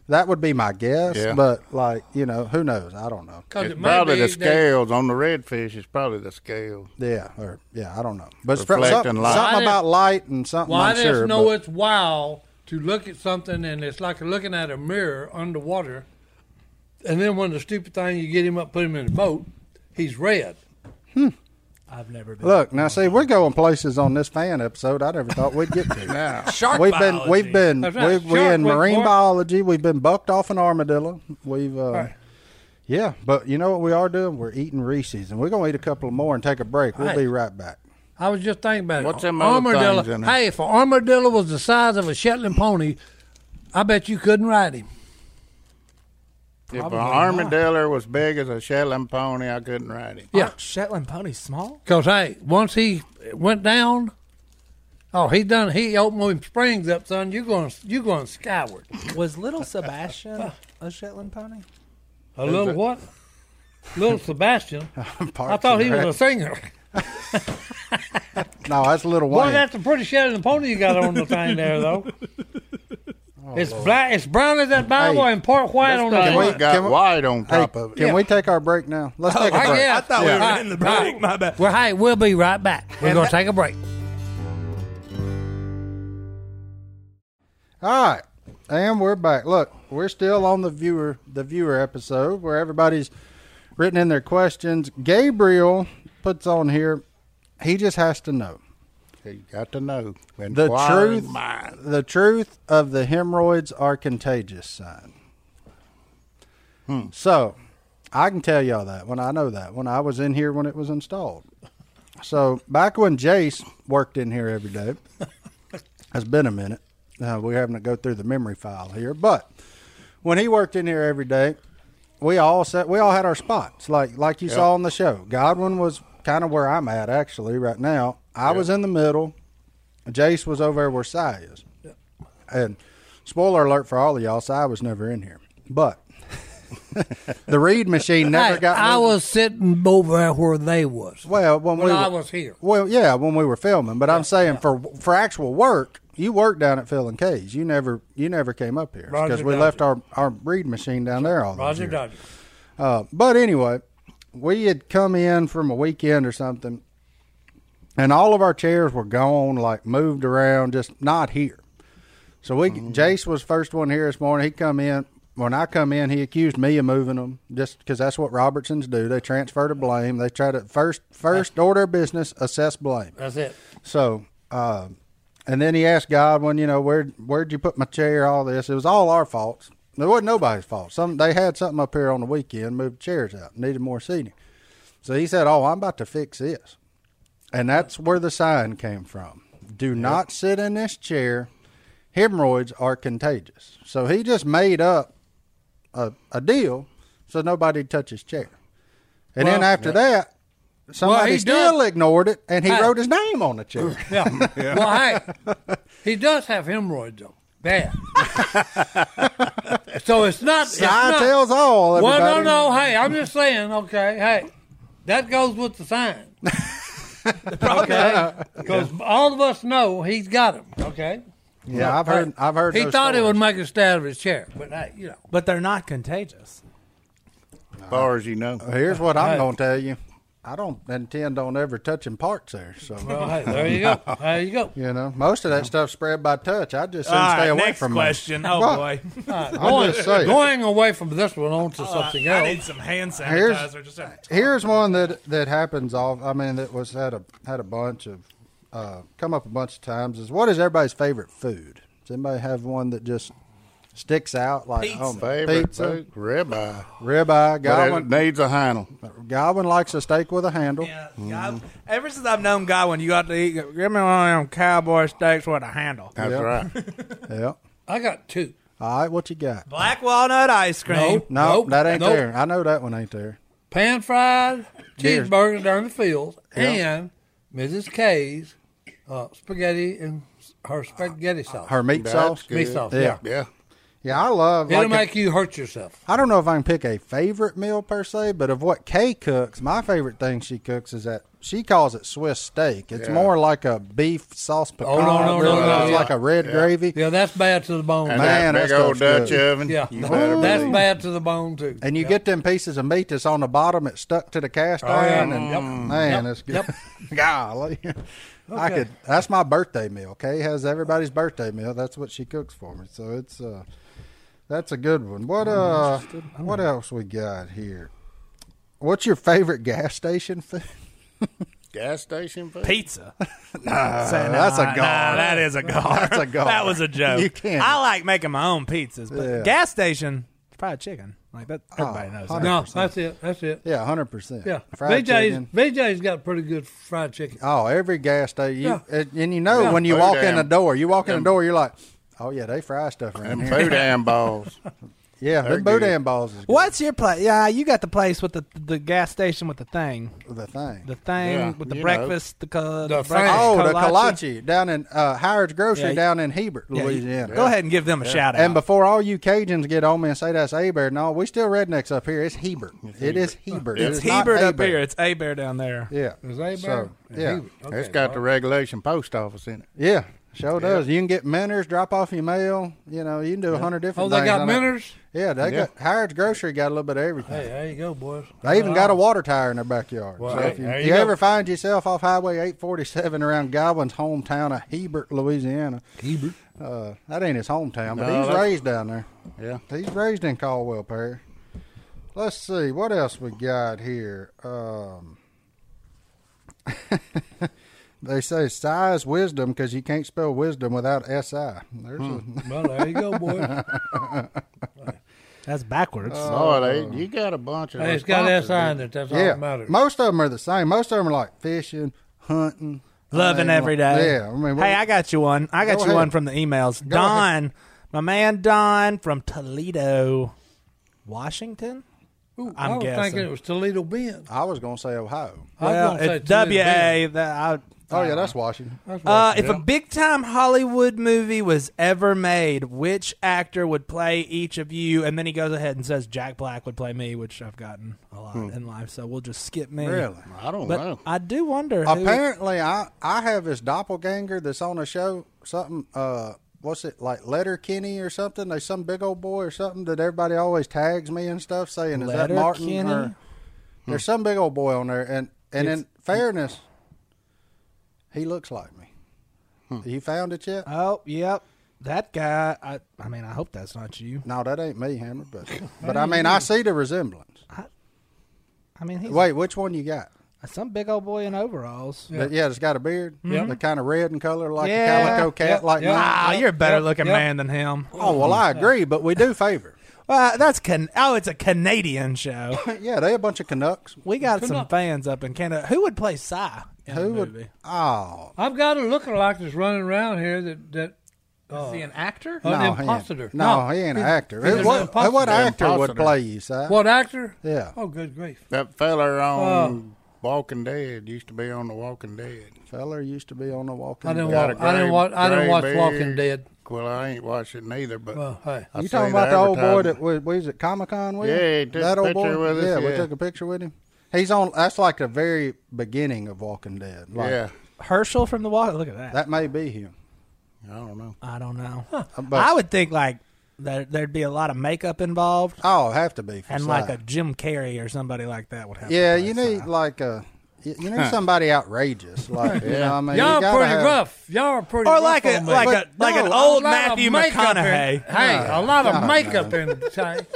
Speaker 1: that would be my guess.
Speaker 2: Yeah.
Speaker 1: But like you know, who knows? I don't know.
Speaker 3: 'Cause
Speaker 2: It's
Speaker 3: it may
Speaker 2: probably
Speaker 3: be
Speaker 2: the
Speaker 3: that-
Speaker 2: scales on the redfish. It's probably the scales.
Speaker 1: Yeah, or yeah, I don't know. But it's
Speaker 2: Reflecting
Speaker 1: some-
Speaker 2: light.
Speaker 3: Well, I
Speaker 1: something
Speaker 3: didn't-
Speaker 1: about light and something.
Speaker 3: Well, i
Speaker 1: I'm
Speaker 3: just
Speaker 1: sure,
Speaker 3: know
Speaker 1: but-
Speaker 3: it's wow to look at something and it's like looking at a mirror underwater. And then when the stupid thing, you get him up, put him in a boat, he's red.
Speaker 4: I've never been.
Speaker 1: Look now, see, we're going places on this fan episode. I never thought we'd
Speaker 3: [laughs]
Speaker 1: get to.
Speaker 2: Now,
Speaker 4: Shark
Speaker 1: we've
Speaker 4: biology.
Speaker 1: been we've been
Speaker 3: That's right.
Speaker 1: we've, we're
Speaker 3: Shark
Speaker 1: in
Speaker 3: week,
Speaker 1: marine
Speaker 3: boy.
Speaker 1: biology. We've been bucked off an armadillo. We've uh,
Speaker 3: right.
Speaker 1: yeah, but you know what we are doing? We're eating Reese's, and we're gonna eat a couple more and take a break. We'll
Speaker 3: Right.
Speaker 1: be right back.
Speaker 3: I was just thinking about
Speaker 2: What's
Speaker 3: it.
Speaker 2: them other
Speaker 3: armadillo?
Speaker 2: things in there?
Speaker 3: Hey, if an armadillo was the size of a Shetland pony, I bet you couldn't ride him.
Speaker 2: if an
Speaker 4: Probably not.
Speaker 2: armadillo was big as a Shetland pony, I couldn't ride him.
Speaker 3: Yeah.
Speaker 4: Aren't Shetland ponies small.
Speaker 3: Because, Ah. hey, once he went down, oh, he done, he opened them springs up, son. You're going, you're going skyward.
Speaker 4: Was little Sebastian a Shetland pony?
Speaker 3: A little what?
Speaker 2: [laughs]
Speaker 3: Little Sebastian. I thought he was a singer.
Speaker 1: no, that's little Wayne.
Speaker 3: Boy, that's a pretty Shetland pony you got on the thing there,
Speaker 4: [laughs]
Speaker 3: though.
Speaker 4: Oh,
Speaker 3: it's black, it's brown as that Bible
Speaker 1: Hey,
Speaker 3: and part white on the
Speaker 1: we-
Speaker 2: That thing
Speaker 3: front.
Speaker 1: wait, can
Speaker 2: got
Speaker 1: we-
Speaker 2: white on
Speaker 1: Hey,
Speaker 2: top
Speaker 1: can
Speaker 2: of it.
Speaker 1: we take our break now? Let's take a
Speaker 3: Oh, I
Speaker 1: break.
Speaker 3: guess.
Speaker 4: I thought we
Speaker 3: Yeah.
Speaker 4: were in the break. My bad.
Speaker 3: Well, hey, we'll be right back. We're
Speaker 4: And
Speaker 3: going
Speaker 4: that-
Speaker 3: to take a break.
Speaker 1: All right, and we're back. Look, we're still on the viewer the viewer episode where everybody's written in their questions. Gabriel puts on here. He just has to know.
Speaker 2: You got to know.
Speaker 1: The
Speaker 2: Inquiring
Speaker 1: truth,
Speaker 2: mind.
Speaker 1: the truth of the hemorrhoids are contagious sign. So, I can tell y'all that when I know that when I was in here when it was installed. So back when Jace worked in here every day, it's been a minute. Uh, we're having to go through the memory file here, but when he worked in here every day, we all set. We all had our spots, like like you saw on the show. Godwin was kind of where I'm at actually right now. I was in the middle. Jace was over where Si is, and Spoiler alert for all of y'all. So I was never in here, but [laughs] the read machine never
Speaker 3: Hey,
Speaker 1: got.
Speaker 3: I
Speaker 1: moving.
Speaker 3: was sitting over there where they was.
Speaker 1: well when,
Speaker 3: when
Speaker 1: we
Speaker 3: I
Speaker 1: were-
Speaker 3: was here.
Speaker 1: Well, yeah, when we were filming, but I'm saying for for actual work, you worked down at Phil and K's. You never you never came up here
Speaker 3: Roger,
Speaker 1: because we
Speaker 3: Roger.
Speaker 1: left our our read machine down there all those
Speaker 3: Roger
Speaker 1: years.
Speaker 3: Dodger.
Speaker 1: But anyway, we had come in from a weekend or something, and all of our chairs were gone, like moved around, just not here. So we, Jace was first one here this morning. He come in when I come in. He accused me of moving them just because that's what Robertsons do. They transfer the blame. They try to first first order of business assess blame.
Speaker 3: That's it.
Speaker 1: So, uh, and then he asked Godwin, you know, where where'd you put my chair? All this. It was all our faults. It wasn't nobody's fault. Some they had something up here on the weekend, moved chairs out, needed more seating. So he said, "Oh, I'm about to fix this," and that's where the sign came from. Do not sit in this chair. Hemorrhoids are contagious. So he just made up a, a deal so nobody touches chair. And then
Speaker 3: Well,
Speaker 1: after that, somebody
Speaker 3: he
Speaker 1: still
Speaker 3: does-
Speaker 1: ignored it, and he
Speaker 3: Hey.
Speaker 1: wrote his name on the chair.
Speaker 3: [laughs] Yeah. Well,
Speaker 1: [laughs]
Speaker 3: hey, he does have hemorrhoids though. Bad. so it's not. it's
Speaker 1: Sign
Speaker 3: not-
Speaker 1: tells all. Everybody.
Speaker 3: Well, no, no. Hey, I'm just saying. Okay, hey, that goes with the
Speaker 1: [laughs]
Speaker 3: sign. okay, because all of us know he's got him. Okay,
Speaker 1: Yeah, I've heard. I've heard.
Speaker 3: he
Speaker 1: those
Speaker 3: thought it
Speaker 1: stories.
Speaker 3: would make a stay out of his chair, but hey, you know.
Speaker 4: But they're not contagious.
Speaker 2: as far as you know.
Speaker 1: Here's what I'm going to tell you. I don't intend on ever touching parts there. So
Speaker 3: Well, hey, there
Speaker 1: [laughs]
Speaker 3: you go. There you go.
Speaker 1: you know, most of that stuff spread by touch. I just soon
Speaker 4: All
Speaker 1: stay
Speaker 4: right,
Speaker 1: away
Speaker 4: next
Speaker 1: from
Speaker 4: question. Oh
Speaker 1: Well,
Speaker 4: boy,
Speaker 1: I'm just saying.
Speaker 3: Going away from this one on to something
Speaker 4: I
Speaker 3: else.
Speaker 4: need some hand
Speaker 1: Uh, Here's- [laughs]
Speaker 4: sanitizer. Just a- uh,
Speaker 1: Here's one that that happens all. I mean, that was had a had a bunch of uh, come up a bunch of times. Is what is everybody's favorite food? Does anybody have one that just sticks out like
Speaker 4: Pizza.
Speaker 1: oh,
Speaker 2: Favorite
Speaker 1: pizza,
Speaker 2: book, ribeye.
Speaker 1: ribeye?
Speaker 2: But it
Speaker 1: Godwin
Speaker 2: needs a handle.
Speaker 1: Godwin likes a steak with a handle.
Speaker 4: Yeah, God- ever since I've known Godwin, you got to eat. Give me one of them cowboy steaks with a handle.
Speaker 2: That's
Speaker 1: Yep. [laughs]
Speaker 2: right.
Speaker 1: Yeah.
Speaker 3: I got two.
Speaker 1: All right, what you got?
Speaker 4: Black walnut ice cream.
Speaker 3: Nope.
Speaker 1: No, that ain't
Speaker 3: nope.
Speaker 1: there. I know that one ain't there.
Speaker 3: Pan fried
Speaker 1: Yes.
Speaker 3: cheeseburger down the field and Mrs. K's uh, spaghetti and s- her spaghetti sauce.
Speaker 1: Her meat
Speaker 2: That's
Speaker 1: sauce.
Speaker 2: good.
Speaker 3: Meat sauce,
Speaker 1: Yeah.
Speaker 3: yeah.
Speaker 2: Yeah.
Speaker 1: Yeah, I love.
Speaker 3: It'll
Speaker 1: Like
Speaker 3: make you hurt yourself.
Speaker 1: I don't know if I can pick a favorite meal per se, but of what Kay cooks, my favorite thing she cooks is that she calls it Swiss steak. It's
Speaker 2: Yeah.
Speaker 1: more like a beef sauce pecan.
Speaker 3: Oh, no, no,
Speaker 1: It really
Speaker 3: no, no,
Speaker 1: is
Speaker 3: yeah.
Speaker 1: like a red gravy.
Speaker 3: Yeah, that's bad to the bone.
Speaker 2: And
Speaker 1: Man, that
Speaker 2: that big old
Speaker 1: stuff's
Speaker 2: Dutch
Speaker 1: good.
Speaker 2: oven.
Speaker 3: yeah,
Speaker 2: You better
Speaker 3: that's
Speaker 2: believe.
Speaker 3: bad to the bone too.
Speaker 1: And you get them pieces of meat that's on the bottom, it's stuck to the cast
Speaker 3: Oh, yeah. Mm-hmm.
Speaker 1: iron, and man, it's good. [laughs] Golly, I
Speaker 3: Okay.
Speaker 1: could. That's my birthday meal. Kay has everybody's birthday meal. That's what she cooks for me. So it's uh, that's a good one. What uh, what else we got here? What's your favorite gas station [laughs] food?
Speaker 2: Gas station food.
Speaker 1: [laughs]
Speaker 4: Pizza.
Speaker 1: Uh, that's a
Speaker 4: Nah,
Speaker 1: god.
Speaker 4: that is a gar.
Speaker 1: That's a gar.
Speaker 4: that was a joke.
Speaker 1: You can't.
Speaker 4: I like making my own pizzas, but
Speaker 1: Yeah. Oh,
Speaker 4: gas station, it's probably chicken. Like that, everybody knows. That.
Speaker 3: No, that's it. That's it.
Speaker 1: yeah, hundred percent.
Speaker 3: Yeah,
Speaker 1: fried
Speaker 3: VJ's
Speaker 1: chicken.
Speaker 3: VJ's got pretty good fried chicken.
Speaker 1: Oh, every gas station. You,
Speaker 3: Yeah.
Speaker 1: and, and you know
Speaker 3: Yeah.
Speaker 1: when you
Speaker 2: Oh,
Speaker 1: walk in
Speaker 2: damn.
Speaker 1: the door, you walk in the door, you're like, oh yeah, they fry stuff around
Speaker 2: And
Speaker 1: here. [laughs]
Speaker 2: boudin balls.
Speaker 1: Yeah, the
Speaker 2: they're
Speaker 1: boudin
Speaker 2: good.
Speaker 1: balls is good,
Speaker 4: What's your place? Yeah, you got the place with the the gas station with the thing,
Speaker 1: the thing.
Speaker 4: the thing
Speaker 2: Yeah,
Speaker 4: with the
Speaker 2: you know.
Speaker 4: breakfast, the, co-
Speaker 3: The
Speaker 4: breakfast
Speaker 3: thing.
Speaker 1: Oh, the
Speaker 4: kolache.
Speaker 1: kolache down in uh, Howard's Grocery
Speaker 4: Yeah.
Speaker 1: down in Hebert,
Speaker 4: Yeah, you-
Speaker 1: Louisiana.
Speaker 4: Go ahead and give them a shout out.
Speaker 1: And before all you Cajuns get on me and say that's Hebert and all, we still rednecks up here. It's Hebert. It is Hebert. It
Speaker 4: it's
Speaker 1: is not
Speaker 4: Hebert up
Speaker 1: Hebert.
Speaker 4: here. It's A Bear down there.
Speaker 1: Yeah.
Speaker 3: Is they
Speaker 1: So,
Speaker 3: better?
Speaker 1: yeah.
Speaker 3: Okay,
Speaker 2: it's got the
Speaker 3: well,
Speaker 2: regulation post office in it.
Speaker 1: Yeah. Sure does. You can get manners, drop off your mail. You know, you can do a hundred
Speaker 3: Oh,
Speaker 1: different
Speaker 3: they
Speaker 1: things.
Speaker 3: got
Speaker 1: on that.
Speaker 3: Miners.
Speaker 1: Yeah, they
Speaker 2: Yeah.
Speaker 1: got Howard's Grocery got a little bit of everything.
Speaker 3: Hey, there you go, boys.
Speaker 1: They even got a water tire in their backyard.
Speaker 3: Well,
Speaker 1: so if
Speaker 3: hey,
Speaker 1: you,
Speaker 3: there
Speaker 1: if
Speaker 3: you
Speaker 1: you
Speaker 3: go.
Speaker 1: ever find yourself off Highway 847 around Godwin's hometown of Hebert, Louisiana,
Speaker 3: Hebert.
Speaker 1: uh, that ain't his hometown, but
Speaker 2: No,
Speaker 1: he was
Speaker 2: that's-
Speaker 1: raised down there.
Speaker 2: Yeah.
Speaker 1: He's raised in Caldwell Parish. Let's see what else we got here. Um, [laughs] they say size wisdom because you can't spell wisdom without si. There's a,
Speaker 3: Well, there you go,
Speaker 1: [laughs]
Speaker 3: boys.
Speaker 4: That's backwards.
Speaker 1: Uh,
Speaker 2: Boy,
Speaker 1: Oh.
Speaker 2: they, you got a bunch of.
Speaker 3: Hey, it's got S I
Speaker 2: responses.
Speaker 3: in it. That's all
Speaker 1: yeah.
Speaker 3: that matters.
Speaker 1: Most of them are the same. Most of them are like fishing, hunting, I
Speaker 4: Loving
Speaker 1: mean,
Speaker 4: every day.
Speaker 1: Yeah, I mean,
Speaker 4: hey, I got you one. I got
Speaker 1: Go
Speaker 4: you
Speaker 1: ahead.
Speaker 4: one from the emails.
Speaker 1: Go
Speaker 4: Don, my man Don from Toledo, Washington.
Speaker 3: Ooh,
Speaker 4: I'm
Speaker 3: I was
Speaker 4: guessing.
Speaker 3: thinking it was Toledo Bend.
Speaker 1: I was gonna say Ohio.
Speaker 3: I was
Speaker 4: Well,
Speaker 3: gonna say
Speaker 4: it's
Speaker 3: Toledo
Speaker 4: W A. That I
Speaker 1: Oh yeah, that's Washington.
Speaker 4: Uh, if a big time Hollywood movie was ever made, which actor would play each of you? And then he goes ahead and says Jack Black would play me, which I've gotten a lot in life. So we'll just skip me.
Speaker 1: Hmm. Really? Oh,
Speaker 2: I don't
Speaker 4: But
Speaker 2: know.
Speaker 4: I do wonder. who-
Speaker 1: Apparently, I I have his doppelganger that's on a show. Something. Uh, what's it like? Letter Kenny or something? They some big old boy or something that everybody always tags me and stuff saying is that Martin
Speaker 4: Letterkenny?
Speaker 1: or there's some big old boy on there and and in fairness, he looks like me. You found it yet?
Speaker 4: oh, yep. That guy. I, I mean, I hope that's not you.
Speaker 1: no, that ain't me, Hammer.
Speaker 4: [laughs]
Speaker 1: But but I mean, I see the resemblance.
Speaker 4: I mean, he's
Speaker 1: Wait, which one you got?
Speaker 4: some big old boy in overalls.
Speaker 1: Yeah, yeah it's got a beard. Yeah, the kind of red in color like
Speaker 4: Mm-hmm. Yeah.
Speaker 1: a calico cat,
Speaker 4: Yep.
Speaker 1: like mine.
Speaker 4: Wow, you're a better looking
Speaker 3: Yep.
Speaker 4: man than him.
Speaker 1: Oh well, I agree, but we do favor.
Speaker 4: Well, that's can. Oh, it's a Canadian show.
Speaker 1: [laughs] Yeah, they a bunch of Canucks.
Speaker 4: We got some fans up in Canada. Who would play Psy in
Speaker 1: Who
Speaker 4: the
Speaker 1: would-
Speaker 4: movie?
Speaker 1: Oh,
Speaker 3: I've got a lookalike that's running around here that that
Speaker 4: Is he an actor?
Speaker 3: Oh, an
Speaker 1: no, He
Speaker 3: imposter.
Speaker 1: ain't, no, he ain't an actor.
Speaker 3: he's an
Speaker 1: what
Speaker 3: imposter.
Speaker 1: what actor would
Speaker 2: Imposter.
Speaker 1: play you, Si?
Speaker 3: What actor?
Speaker 1: Yeah,
Speaker 3: Oh, good grief!
Speaker 2: That fella
Speaker 1: Oh.
Speaker 2: on Walking Dead used to be on The Walking Dead.
Speaker 1: fella used to be on the Walking
Speaker 3: I didn't
Speaker 1: Dead.
Speaker 3: watch. I didn't watch. I didn't
Speaker 2: gray
Speaker 3: watch
Speaker 2: beard.
Speaker 3: Walking Dead.
Speaker 2: Well, I ain't watched it neither, but
Speaker 3: Well, hey,
Speaker 2: I
Speaker 1: You
Speaker 2: seen
Speaker 1: talking about the old boy that
Speaker 2: advertisement.
Speaker 1: was, was at Comic Con with?
Speaker 2: Yeah, he
Speaker 1: him?
Speaker 2: took
Speaker 1: that
Speaker 2: a
Speaker 1: old boy.
Speaker 2: picture with us,
Speaker 1: yeah, we
Speaker 2: yeah.
Speaker 1: took a picture with him. He's on. That's like the very beginning of Walking Dead. Like,
Speaker 2: Yeah,
Speaker 4: Herschel from The Walk. Look at that.
Speaker 1: that may be him.
Speaker 2: I don't know.
Speaker 4: I don't know.
Speaker 1: Uh, But-
Speaker 4: I would think like there, there'd be a lot of makeup involved,
Speaker 1: Oh, have to be. For
Speaker 4: and
Speaker 1: Si.
Speaker 4: like a Jim Carrey or somebody like that would have. to
Speaker 1: yeah,
Speaker 4: play
Speaker 1: you need
Speaker 4: Si.
Speaker 1: like a you, you need somebody outrageous. Like you know, what I mean,
Speaker 3: y'all
Speaker 1: you
Speaker 3: are
Speaker 1: gotta
Speaker 3: pretty
Speaker 1: have-
Speaker 3: rough. Y'all are pretty.
Speaker 4: Or
Speaker 3: rough
Speaker 4: like a
Speaker 3: on me.
Speaker 4: like a
Speaker 1: But
Speaker 4: like an
Speaker 1: no,
Speaker 4: old
Speaker 3: A lot of
Speaker 4: Matthew
Speaker 3: makeup in-
Speaker 4: McConaughey. [laughs]
Speaker 3: hey, a lot of makeup in time.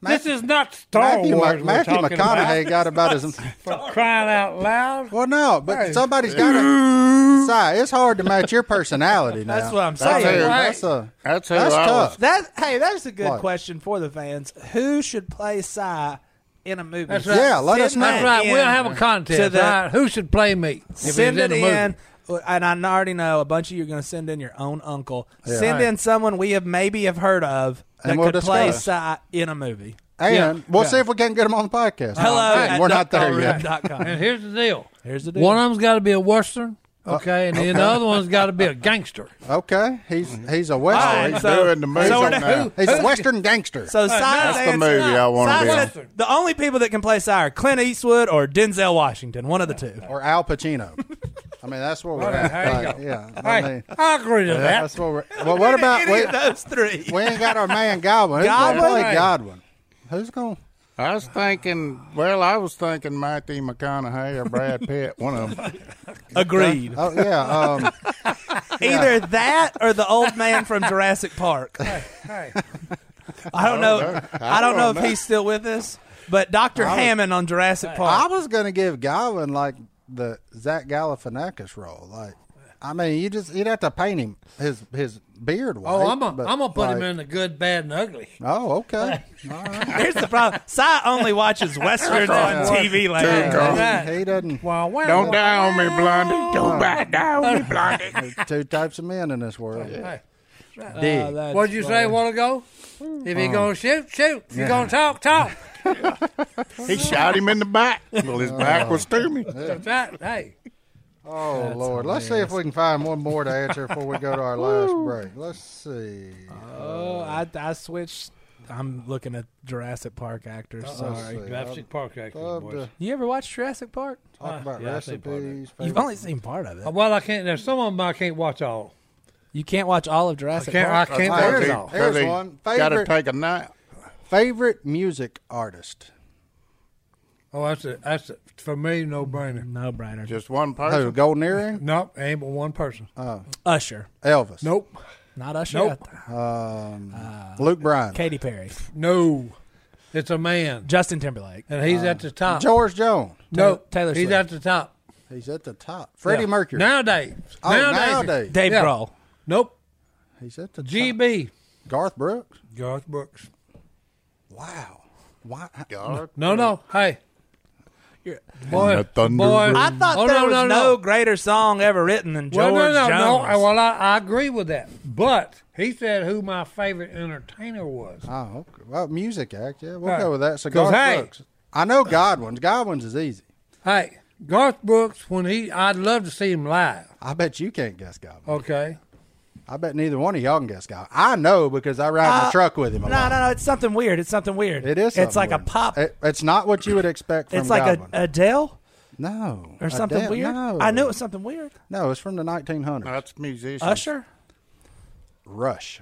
Speaker 3: This is not Star
Speaker 1: Matthew,
Speaker 3: Wars. we're
Speaker 1: Matthew
Speaker 3: talking
Speaker 1: McConaughey
Speaker 3: about.
Speaker 1: got about as
Speaker 3: [laughs] For crying out loud.
Speaker 1: well. No, but
Speaker 3: Hey.
Speaker 1: somebody's got to. Si, it's hard to match your personality. Now.
Speaker 4: [laughs] That's what I'm
Speaker 2: That's
Speaker 4: saying.
Speaker 2: who-
Speaker 1: That's a
Speaker 2: That's who
Speaker 1: that's
Speaker 2: I
Speaker 1: tough.
Speaker 2: was.
Speaker 4: That hey, that's a good
Speaker 1: What?
Speaker 4: question for the fans. Who should play Psy in a movie?
Speaker 3: That's right. Yeah,
Speaker 1: let us
Speaker 4: Send
Speaker 1: know.
Speaker 4: that
Speaker 3: That's right.
Speaker 4: in
Speaker 3: We'll have a
Speaker 4: to
Speaker 3: contest.
Speaker 4: the-
Speaker 3: all right? Who should play me? If it's
Speaker 4: send
Speaker 3: in
Speaker 4: it
Speaker 3: the movie.
Speaker 4: in. And I already know a bunch of you are going to send in your own uncle. Send
Speaker 3: Right.
Speaker 4: in someone we have maybe have heard of that
Speaker 1: And we'll
Speaker 4: could play
Speaker 1: discuss.
Speaker 4: Psy in a movie.
Speaker 1: And
Speaker 3: Yeah.
Speaker 1: we'll
Speaker 3: Yeah.
Speaker 1: see if we can get him on the podcast.
Speaker 4: Hello,
Speaker 1: Hey,
Speaker 4: at
Speaker 1: we're not there yet.
Speaker 4: DuckDuckRib.com.
Speaker 3: And here's the deal.
Speaker 4: [laughs] Here's the deal.
Speaker 3: One of them's got to be a western,
Speaker 4: Oh,
Speaker 3: okay, and then the other one's got to be a
Speaker 4: [laughs]
Speaker 3: gangster.
Speaker 1: Okay, he's he's a
Speaker 4: All
Speaker 1: western.
Speaker 4: right,
Speaker 2: he's
Speaker 4: so,
Speaker 2: doing the movie
Speaker 4: so we're
Speaker 2: now.
Speaker 4: not-
Speaker 1: he's a western gangster.
Speaker 4: So Psy's
Speaker 3: that's
Speaker 2: the movie I wanna
Speaker 4: Psy's
Speaker 2: be on.
Speaker 4: said The only people that can play Psy are Clint Eastwood or Denzel Washington, one of the two.
Speaker 1: or Al Pacino. I mean, that's what we're.
Speaker 3: right, there you
Speaker 1: like,
Speaker 3: go.
Speaker 1: yeah, I
Speaker 3: Hey,
Speaker 1: mean,
Speaker 3: I agree to that.
Speaker 1: that's what we're. Well, what about
Speaker 4: Any
Speaker 1: we?
Speaker 4: of those three?
Speaker 1: We ain't got our man Godwin. Who's gonna
Speaker 4: Godwin?
Speaker 1: play Godwin? Who's gonna?
Speaker 2: I was thinking. Well, I was thinking Matthew McConaughey or Brad Pitt, one of them.
Speaker 4: Agreed.
Speaker 1: Oh yeah. Um,
Speaker 4: Either that or the old man from Jurassic Park.
Speaker 3: Hey,
Speaker 4: I don't know. I don't know if he's still with us, but Dr. Hammond on Jurassic Park.
Speaker 1: I was gonna give Godwin like the Zach Galifianakis role. Like, I mean, you just you'd have to paint him his his beard white.
Speaker 3: oh, I'm a,
Speaker 1: but,
Speaker 3: I'm gonna put him
Speaker 1: like-
Speaker 3: in the good, bad, and ugly.
Speaker 1: Oh, okay. All right.
Speaker 4: Here's the problem. Sai only [laughs] watches westerns on TV like that.
Speaker 3: Right.
Speaker 1: He doesn't.
Speaker 3: Wow, wow,
Speaker 2: Don't
Speaker 3: wow.
Speaker 2: die on me, Blondie. Don't die, die on me, Blondie.
Speaker 1: There's two types of men in this world.
Speaker 3: Hey,
Speaker 4: Uh,
Speaker 1: Dig.
Speaker 3: what'd you say a while ago? If he gonna shoot, shoot. If you gonna talk, talk.
Speaker 2: [laughs]
Speaker 4: [laughs]
Speaker 2: He shot him in the back. Well, his back was to me.
Speaker 3: That's right. Hey,
Speaker 1: oh Lord, let's see if we can find one more to answer before we go to our last break. Let's see.
Speaker 4: Oh, I, I switched. I'm looking at Jurassic Park actors. Sorry.
Speaker 1: Let's see.
Speaker 3: Jurassic Park actor
Speaker 4: uh,
Speaker 1: Love
Speaker 3: boys.
Speaker 1: to
Speaker 4: You ever watch Jurassic Park?
Speaker 1: talk about
Speaker 3: Oh, Uh, Yeah, I think part of it.
Speaker 1: recipes.
Speaker 4: You've
Speaker 1: favorite-
Speaker 4: only seen part of it.
Speaker 3: Uh, Well, I can't. There's some of them I can't watch all.
Speaker 4: You can't watch all of
Speaker 3: I
Speaker 4: Jurassic
Speaker 3: can't. I
Speaker 4: Park.
Speaker 3: can't
Speaker 1: All right.
Speaker 3: watch
Speaker 1: There's-
Speaker 3: all.
Speaker 1: there's one.
Speaker 2: Got to
Speaker 1: Favorite-
Speaker 2: take a nap.
Speaker 1: favorite music artist.
Speaker 3: Oh, that's it. That's it. For me, no brainer.
Speaker 4: No brainer.
Speaker 2: Just one
Speaker 1: Who?
Speaker 2: person.
Speaker 1: Golden
Speaker 3: [laughs]
Speaker 1: earring.
Speaker 3: Nope, ain't but one person.
Speaker 4: Uh, Usher.
Speaker 1: Elvis.
Speaker 3: nope,
Speaker 4: Not Usher.
Speaker 3: Nope.
Speaker 1: Um, Luke Bryan.
Speaker 4: Katy Perry.
Speaker 3: no. It's a man,
Speaker 4: Justin Timberlake.
Speaker 3: and he's at the top.
Speaker 1: George Jones.
Speaker 3: No,
Speaker 4: uh, Taylor
Speaker 3: He's
Speaker 4: Swift.
Speaker 3: at the top.
Speaker 1: He's at the top. Freddie
Speaker 3: Yeah.
Speaker 1: Mercury.
Speaker 3: Nowadays.
Speaker 1: oh,
Speaker 3: nowadays.
Speaker 1: nowadays.
Speaker 4: Dave
Speaker 3: Yeah.
Speaker 4: Grohl.
Speaker 3: Nope.
Speaker 1: He's at the top.
Speaker 3: GB.
Speaker 1: Garth Brooks.
Speaker 3: Garth Brooks.
Speaker 1: Wow. Why?
Speaker 2: God.
Speaker 3: No, no. Hey. Boy,
Speaker 2: the Thunder
Speaker 3: boy.
Speaker 2: Room.
Speaker 4: I thought
Speaker 3: Oh,
Speaker 4: there
Speaker 3: no,
Speaker 4: was
Speaker 3: no,
Speaker 4: no,
Speaker 3: no.
Speaker 4: greater song ever written than
Speaker 3: well,
Speaker 4: George
Speaker 3: no, no, no.
Speaker 4: Jones.
Speaker 3: I- Well, I, I agree with that. But he said who my favorite entertainer was.
Speaker 1: Oh, okay. well, music act. Yeah, we'll
Speaker 3: Right.
Speaker 1: go with that. So
Speaker 3: 'Cause,
Speaker 1: Garth
Speaker 3: hey.
Speaker 1: Brooks. I know Godwin's. Godwin's is easy.
Speaker 3: Hey, Garth Brooks, when he, I'd love to see him live.
Speaker 1: I bet you can't guess goblin.
Speaker 4: Oh.
Speaker 3: Okay.
Speaker 1: I bet neither one of y'all can guess goblin. I know because I ride in the
Speaker 4: Uh,
Speaker 1: truck with him a
Speaker 4: No,
Speaker 1: lot.
Speaker 4: no, no. It's something weird. It's something weird.
Speaker 1: It is.
Speaker 4: It's like
Speaker 1: something
Speaker 4: a
Speaker 1: weird.
Speaker 4: pop.
Speaker 1: It- it's not what you would expect from
Speaker 4: it's like
Speaker 1: goblin.
Speaker 4: a Adele
Speaker 1: no,
Speaker 4: or something
Speaker 1: Adele,
Speaker 4: weird.
Speaker 1: No.
Speaker 4: I knew it was something weird.
Speaker 1: No, it's from the 1900s.
Speaker 2: That's musicians.
Speaker 4: Usher.
Speaker 1: Rush.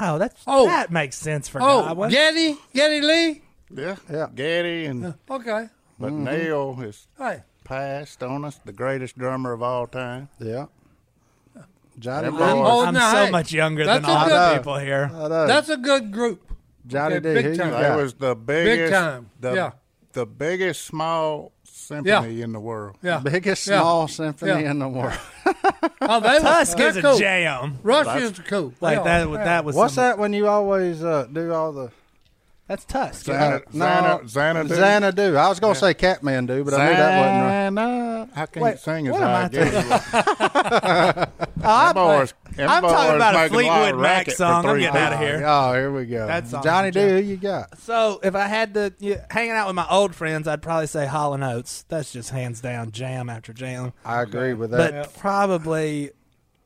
Speaker 4: Oh, that's
Speaker 3: Oh.
Speaker 4: that makes sense for now. I
Speaker 3: Oh,
Speaker 4: was-
Speaker 3: Getty, Getty Lee.
Speaker 2: Yeah.
Speaker 1: Yeah.
Speaker 2: Getty and
Speaker 3: Okay.
Speaker 2: but Neil has
Speaker 3: Hey,
Speaker 2: passed on us, the greatest drummer of all time.
Speaker 1: Yeah. Johnny
Speaker 2: Them
Speaker 1: D.
Speaker 2: boys.
Speaker 3: Oh,
Speaker 4: I'm
Speaker 3: now,
Speaker 4: so
Speaker 3: hey,
Speaker 4: much younger
Speaker 3: that's
Speaker 4: than
Speaker 3: a
Speaker 4: all
Speaker 3: good-
Speaker 1: Uh,
Speaker 4: the people here.
Speaker 1: I know.
Speaker 3: that's a good group.
Speaker 1: Johnny
Speaker 3: Okay,
Speaker 1: D.
Speaker 3: big
Speaker 1: who you
Speaker 3: time.
Speaker 2: They
Speaker 1: got?
Speaker 2: was the biggest
Speaker 3: time.
Speaker 2: The,
Speaker 3: Yeah.
Speaker 2: the biggest small symphony in the world.
Speaker 1: [laughs]
Speaker 3: Yeah.
Speaker 1: biggest
Speaker 3: Yeah.
Speaker 1: small symphony
Speaker 3: Yeah.
Speaker 1: in the world.
Speaker 4: [laughs]
Speaker 3: Oh, they
Speaker 4: Tusk
Speaker 3: were,
Speaker 4: is
Speaker 3: they're
Speaker 4: a
Speaker 3: cool.
Speaker 4: jam.
Speaker 3: Rush is cool.
Speaker 4: Like
Speaker 3: Yeah,
Speaker 4: that.
Speaker 3: yeah.
Speaker 4: That was
Speaker 1: What's
Speaker 4: some-
Speaker 1: that when you always uh, do all the
Speaker 4: That's Tusk.
Speaker 2: Xana,
Speaker 1: Uh, no.
Speaker 2: Xana, Xanadu.
Speaker 1: Xanadu? I was gonna say Catmandu, but I knew that wasn't right.
Speaker 2: Xana- I can't
Speaker 4: Wait,
Speaker 2: sing as
Speaker 4: what am
Speaker 2: high
Speaker 4: I
Speaker 2: as you.
Speaker 4: [laughs] I'm,
Speaker 2: boys- them
Speaker 4: I'm talking
Speaker 2: boys
Speaker 4: about
Speaker 2: making
Speaker 4: a
Speaker 2: a lot of
Speaker 4: Fleetwood Mac
Speaker 2: racket for
Speaker 4: song. I'm
Speaker 2: three
Speaker 4: getting out of
Speaker 2: hours.
Speaker 4: here.
Speaker 1: Oh, here we go.
Speaker 4: That's awesome,
Speaker 1: Johnny D.
Speaker 4: Jeff.
Speaker 1: Who you got?
Speaker 4: So if I had to yeah, hanging out with my old friends, I'd probably say Hall and Oates. That's just hands down jam after jam.
Speaker 1: I agree with
Speaker 4: But
Speaker 1: that.
Speaker 4: probably,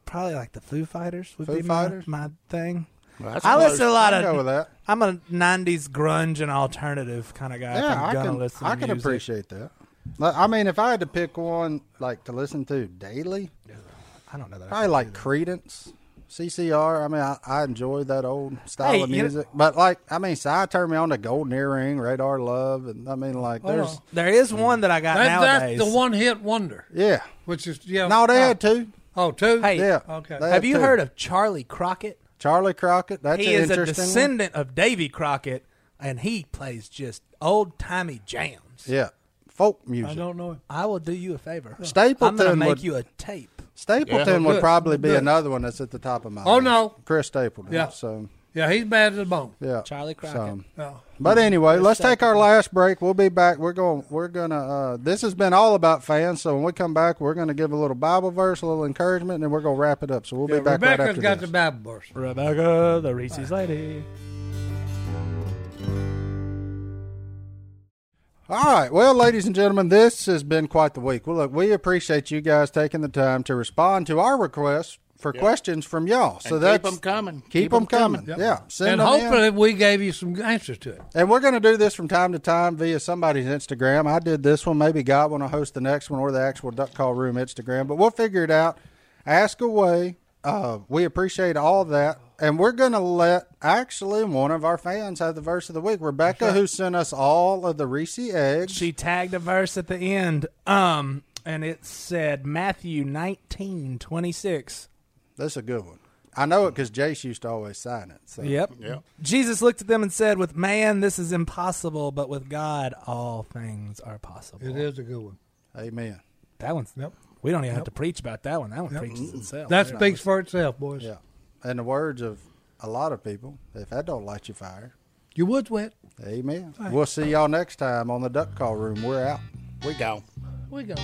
Speaker 4: probably like the Foo Fighters would
Speaker 1: Foo
Speaker 4: be my,
Speaker 1: Fighters?
Speaker 4: my thing.
Speaker 2: That's
Speaker 4: I
Speaker 2: close.
Speaker 4: listen to a lot
Speaker 1: I go with
Speaker 4: of.
Speaker 1: that.
Speaker 4: I'm a '90s grunge and alternative kind of guy. if
Speaker 1: Yeah,
Speaker 4: I'm
Speaker 1: I
Speaker 4: gonna
Speaker 1: can.
Speaker 4: listen. To
Speaker 1: I can
Speaker 4: music.
Speaker 1: appreciate that. Like, I mean, if I had to pick one like to listen to daily,
Speaker 4: I don't know that.
Speaker 1: probably like Credence, CCR. I mean, I, I enjoy that old style
Speaker 4: Hey,
Speaker 1: of
Speaker 4: you know-
Speaker 1: music. but like, I mean, Psy turned me on to Golden Earring, Radar Love, and I mean,
Speaker 4: Oh.
Speaker 1: like,
Speaker 3: Hold
Speaker 1: there's
Speaker 3: on.
Speaker 4: There is one that I got
Speaker 3: That-
Speaker 4: nowadays.
Speaker 3: that's the one hit wonder,
Speaker 1: yeah.
Speaker 3: which is, yeah.
Speaker 1: No, they
Speaker 3: oh,
Speaker 1: had two.
Speaker 3: Oh, two?
Speaker 4: Hey,
Speaker 1: Yeah.
Speaker 3: Okay.
Speaker 1: They had
Speaker 4: Have you
Speaker 1: two.
Speaker 4: heard of Charlie Crockett?
Speaker 1: Charlie Crockett? That's
Speaker 4: he
Speaker 1: an
Speaker 4: is a
Speaker 1: interesting. one.
Speaker 4: descendant of Davy Crockett, and he plays just old timey jams.
Speaker 1: Yeah, folk
Speaker 3: I
Speaker 1: music.
Speaker 3: don't know.
Speaker 4: I will do you a favor. I'm
Speaker 1: Stapleton
Speaker 4: gonna make
Speaker 1: would-
Speaker 4: you a tape.
Speaker 1: Stapleton
Speaker 3: Yeah.
Speaker 1: would probably be
Speaker 3: Good.
Speaker 1: another one that's at the top of my.
Speaker 3: Oh,
Speaker 1: list.
Speaker 3: no.
Speaker 1: Chris Stapleton.
Speaker 3: Yeah.
Speaker 1: So
Speaker 3: Yeah, he's bad as a bone.
Speaker 1: yeah,
Speaker 4: Charlie Crockett.
Speaker 1: So,
Speaker 3: Yeah.
Speaker 1: but anyway, let's take our last break. We'll be back. We're going. We're gonna. Uh, this has been all about fans. So when we come back, we're gonna give a little Bible verse, a little encouragement, and then we're gonna wrap it up. So we'll
Speaker 3: Yeah,
Speaker 1: be back right
Speaker 3: Rebecca's
Speaker 1: after
Speaker 3: got
Speaker 1: this.
Speaker 3: the Bible verse.
Speaker 4: Rebecca, the Reese's lady.
Speaker 1: All right. Well, ladies and gentlemen, this has been quite the week. Well, look, we appreciate you guys taking the time to respond to our requests for questions from y'all. So
Speaker 2: And
Speaker 1: that's
Speaker 2: keep 'em coming.
Speaker 1: Keep,
Speaker 2: Keep
Speaker 1: 'em
Speaker 2: 'em
Speaker 1: coming.
Speaker 2: coming. Yep.
Speaker 1: Yeah. Send
Speaker 3: and
Speaker 1: 'em in.
Speaker 3: hopefully we gave you some answers to it.
Speaker 1: And we're going to do this from time to time via somebody's Instagram. I did this one. Maybe God will host the next one or the actual Duck Call Room Instagram, but we'll figure it out. Ask away. Uh, we appreciate all that. And we're going to let actually one of our fans have the verse of the week. Rebecca, who sent us all of the Reese eggs.
Speaker 4: She tagged a verse at the end, um, and it said Matthew nineteen twenty six.
Speaker 1: That's a good one. I know it because Jace used to always sign it. So.
Speaker 4: Yep.
Speaker 2: Yep.
Speaker 4: Jesus looked at them and said, "With man, this is impossible, but with God, all things are possible."
Speaker 3: It is a good one.
Speaker 1: Amen.
Speaker 4: That one's nope. We don't even have to preach about that one. That one preaches
Speaker 1: Oh,
Speaker 4: itself.
Speaker 3: That speaks for itself, boys.
Speaker 1: Yeah. And the words of a lot of people, if that don't light you fire,
Speaker 3: You would wet.
Speaker 1: amen. We'll see y'all next time on the Duck Call Room. We're out.
Speaker 2: We go.
Speaker 3: We go.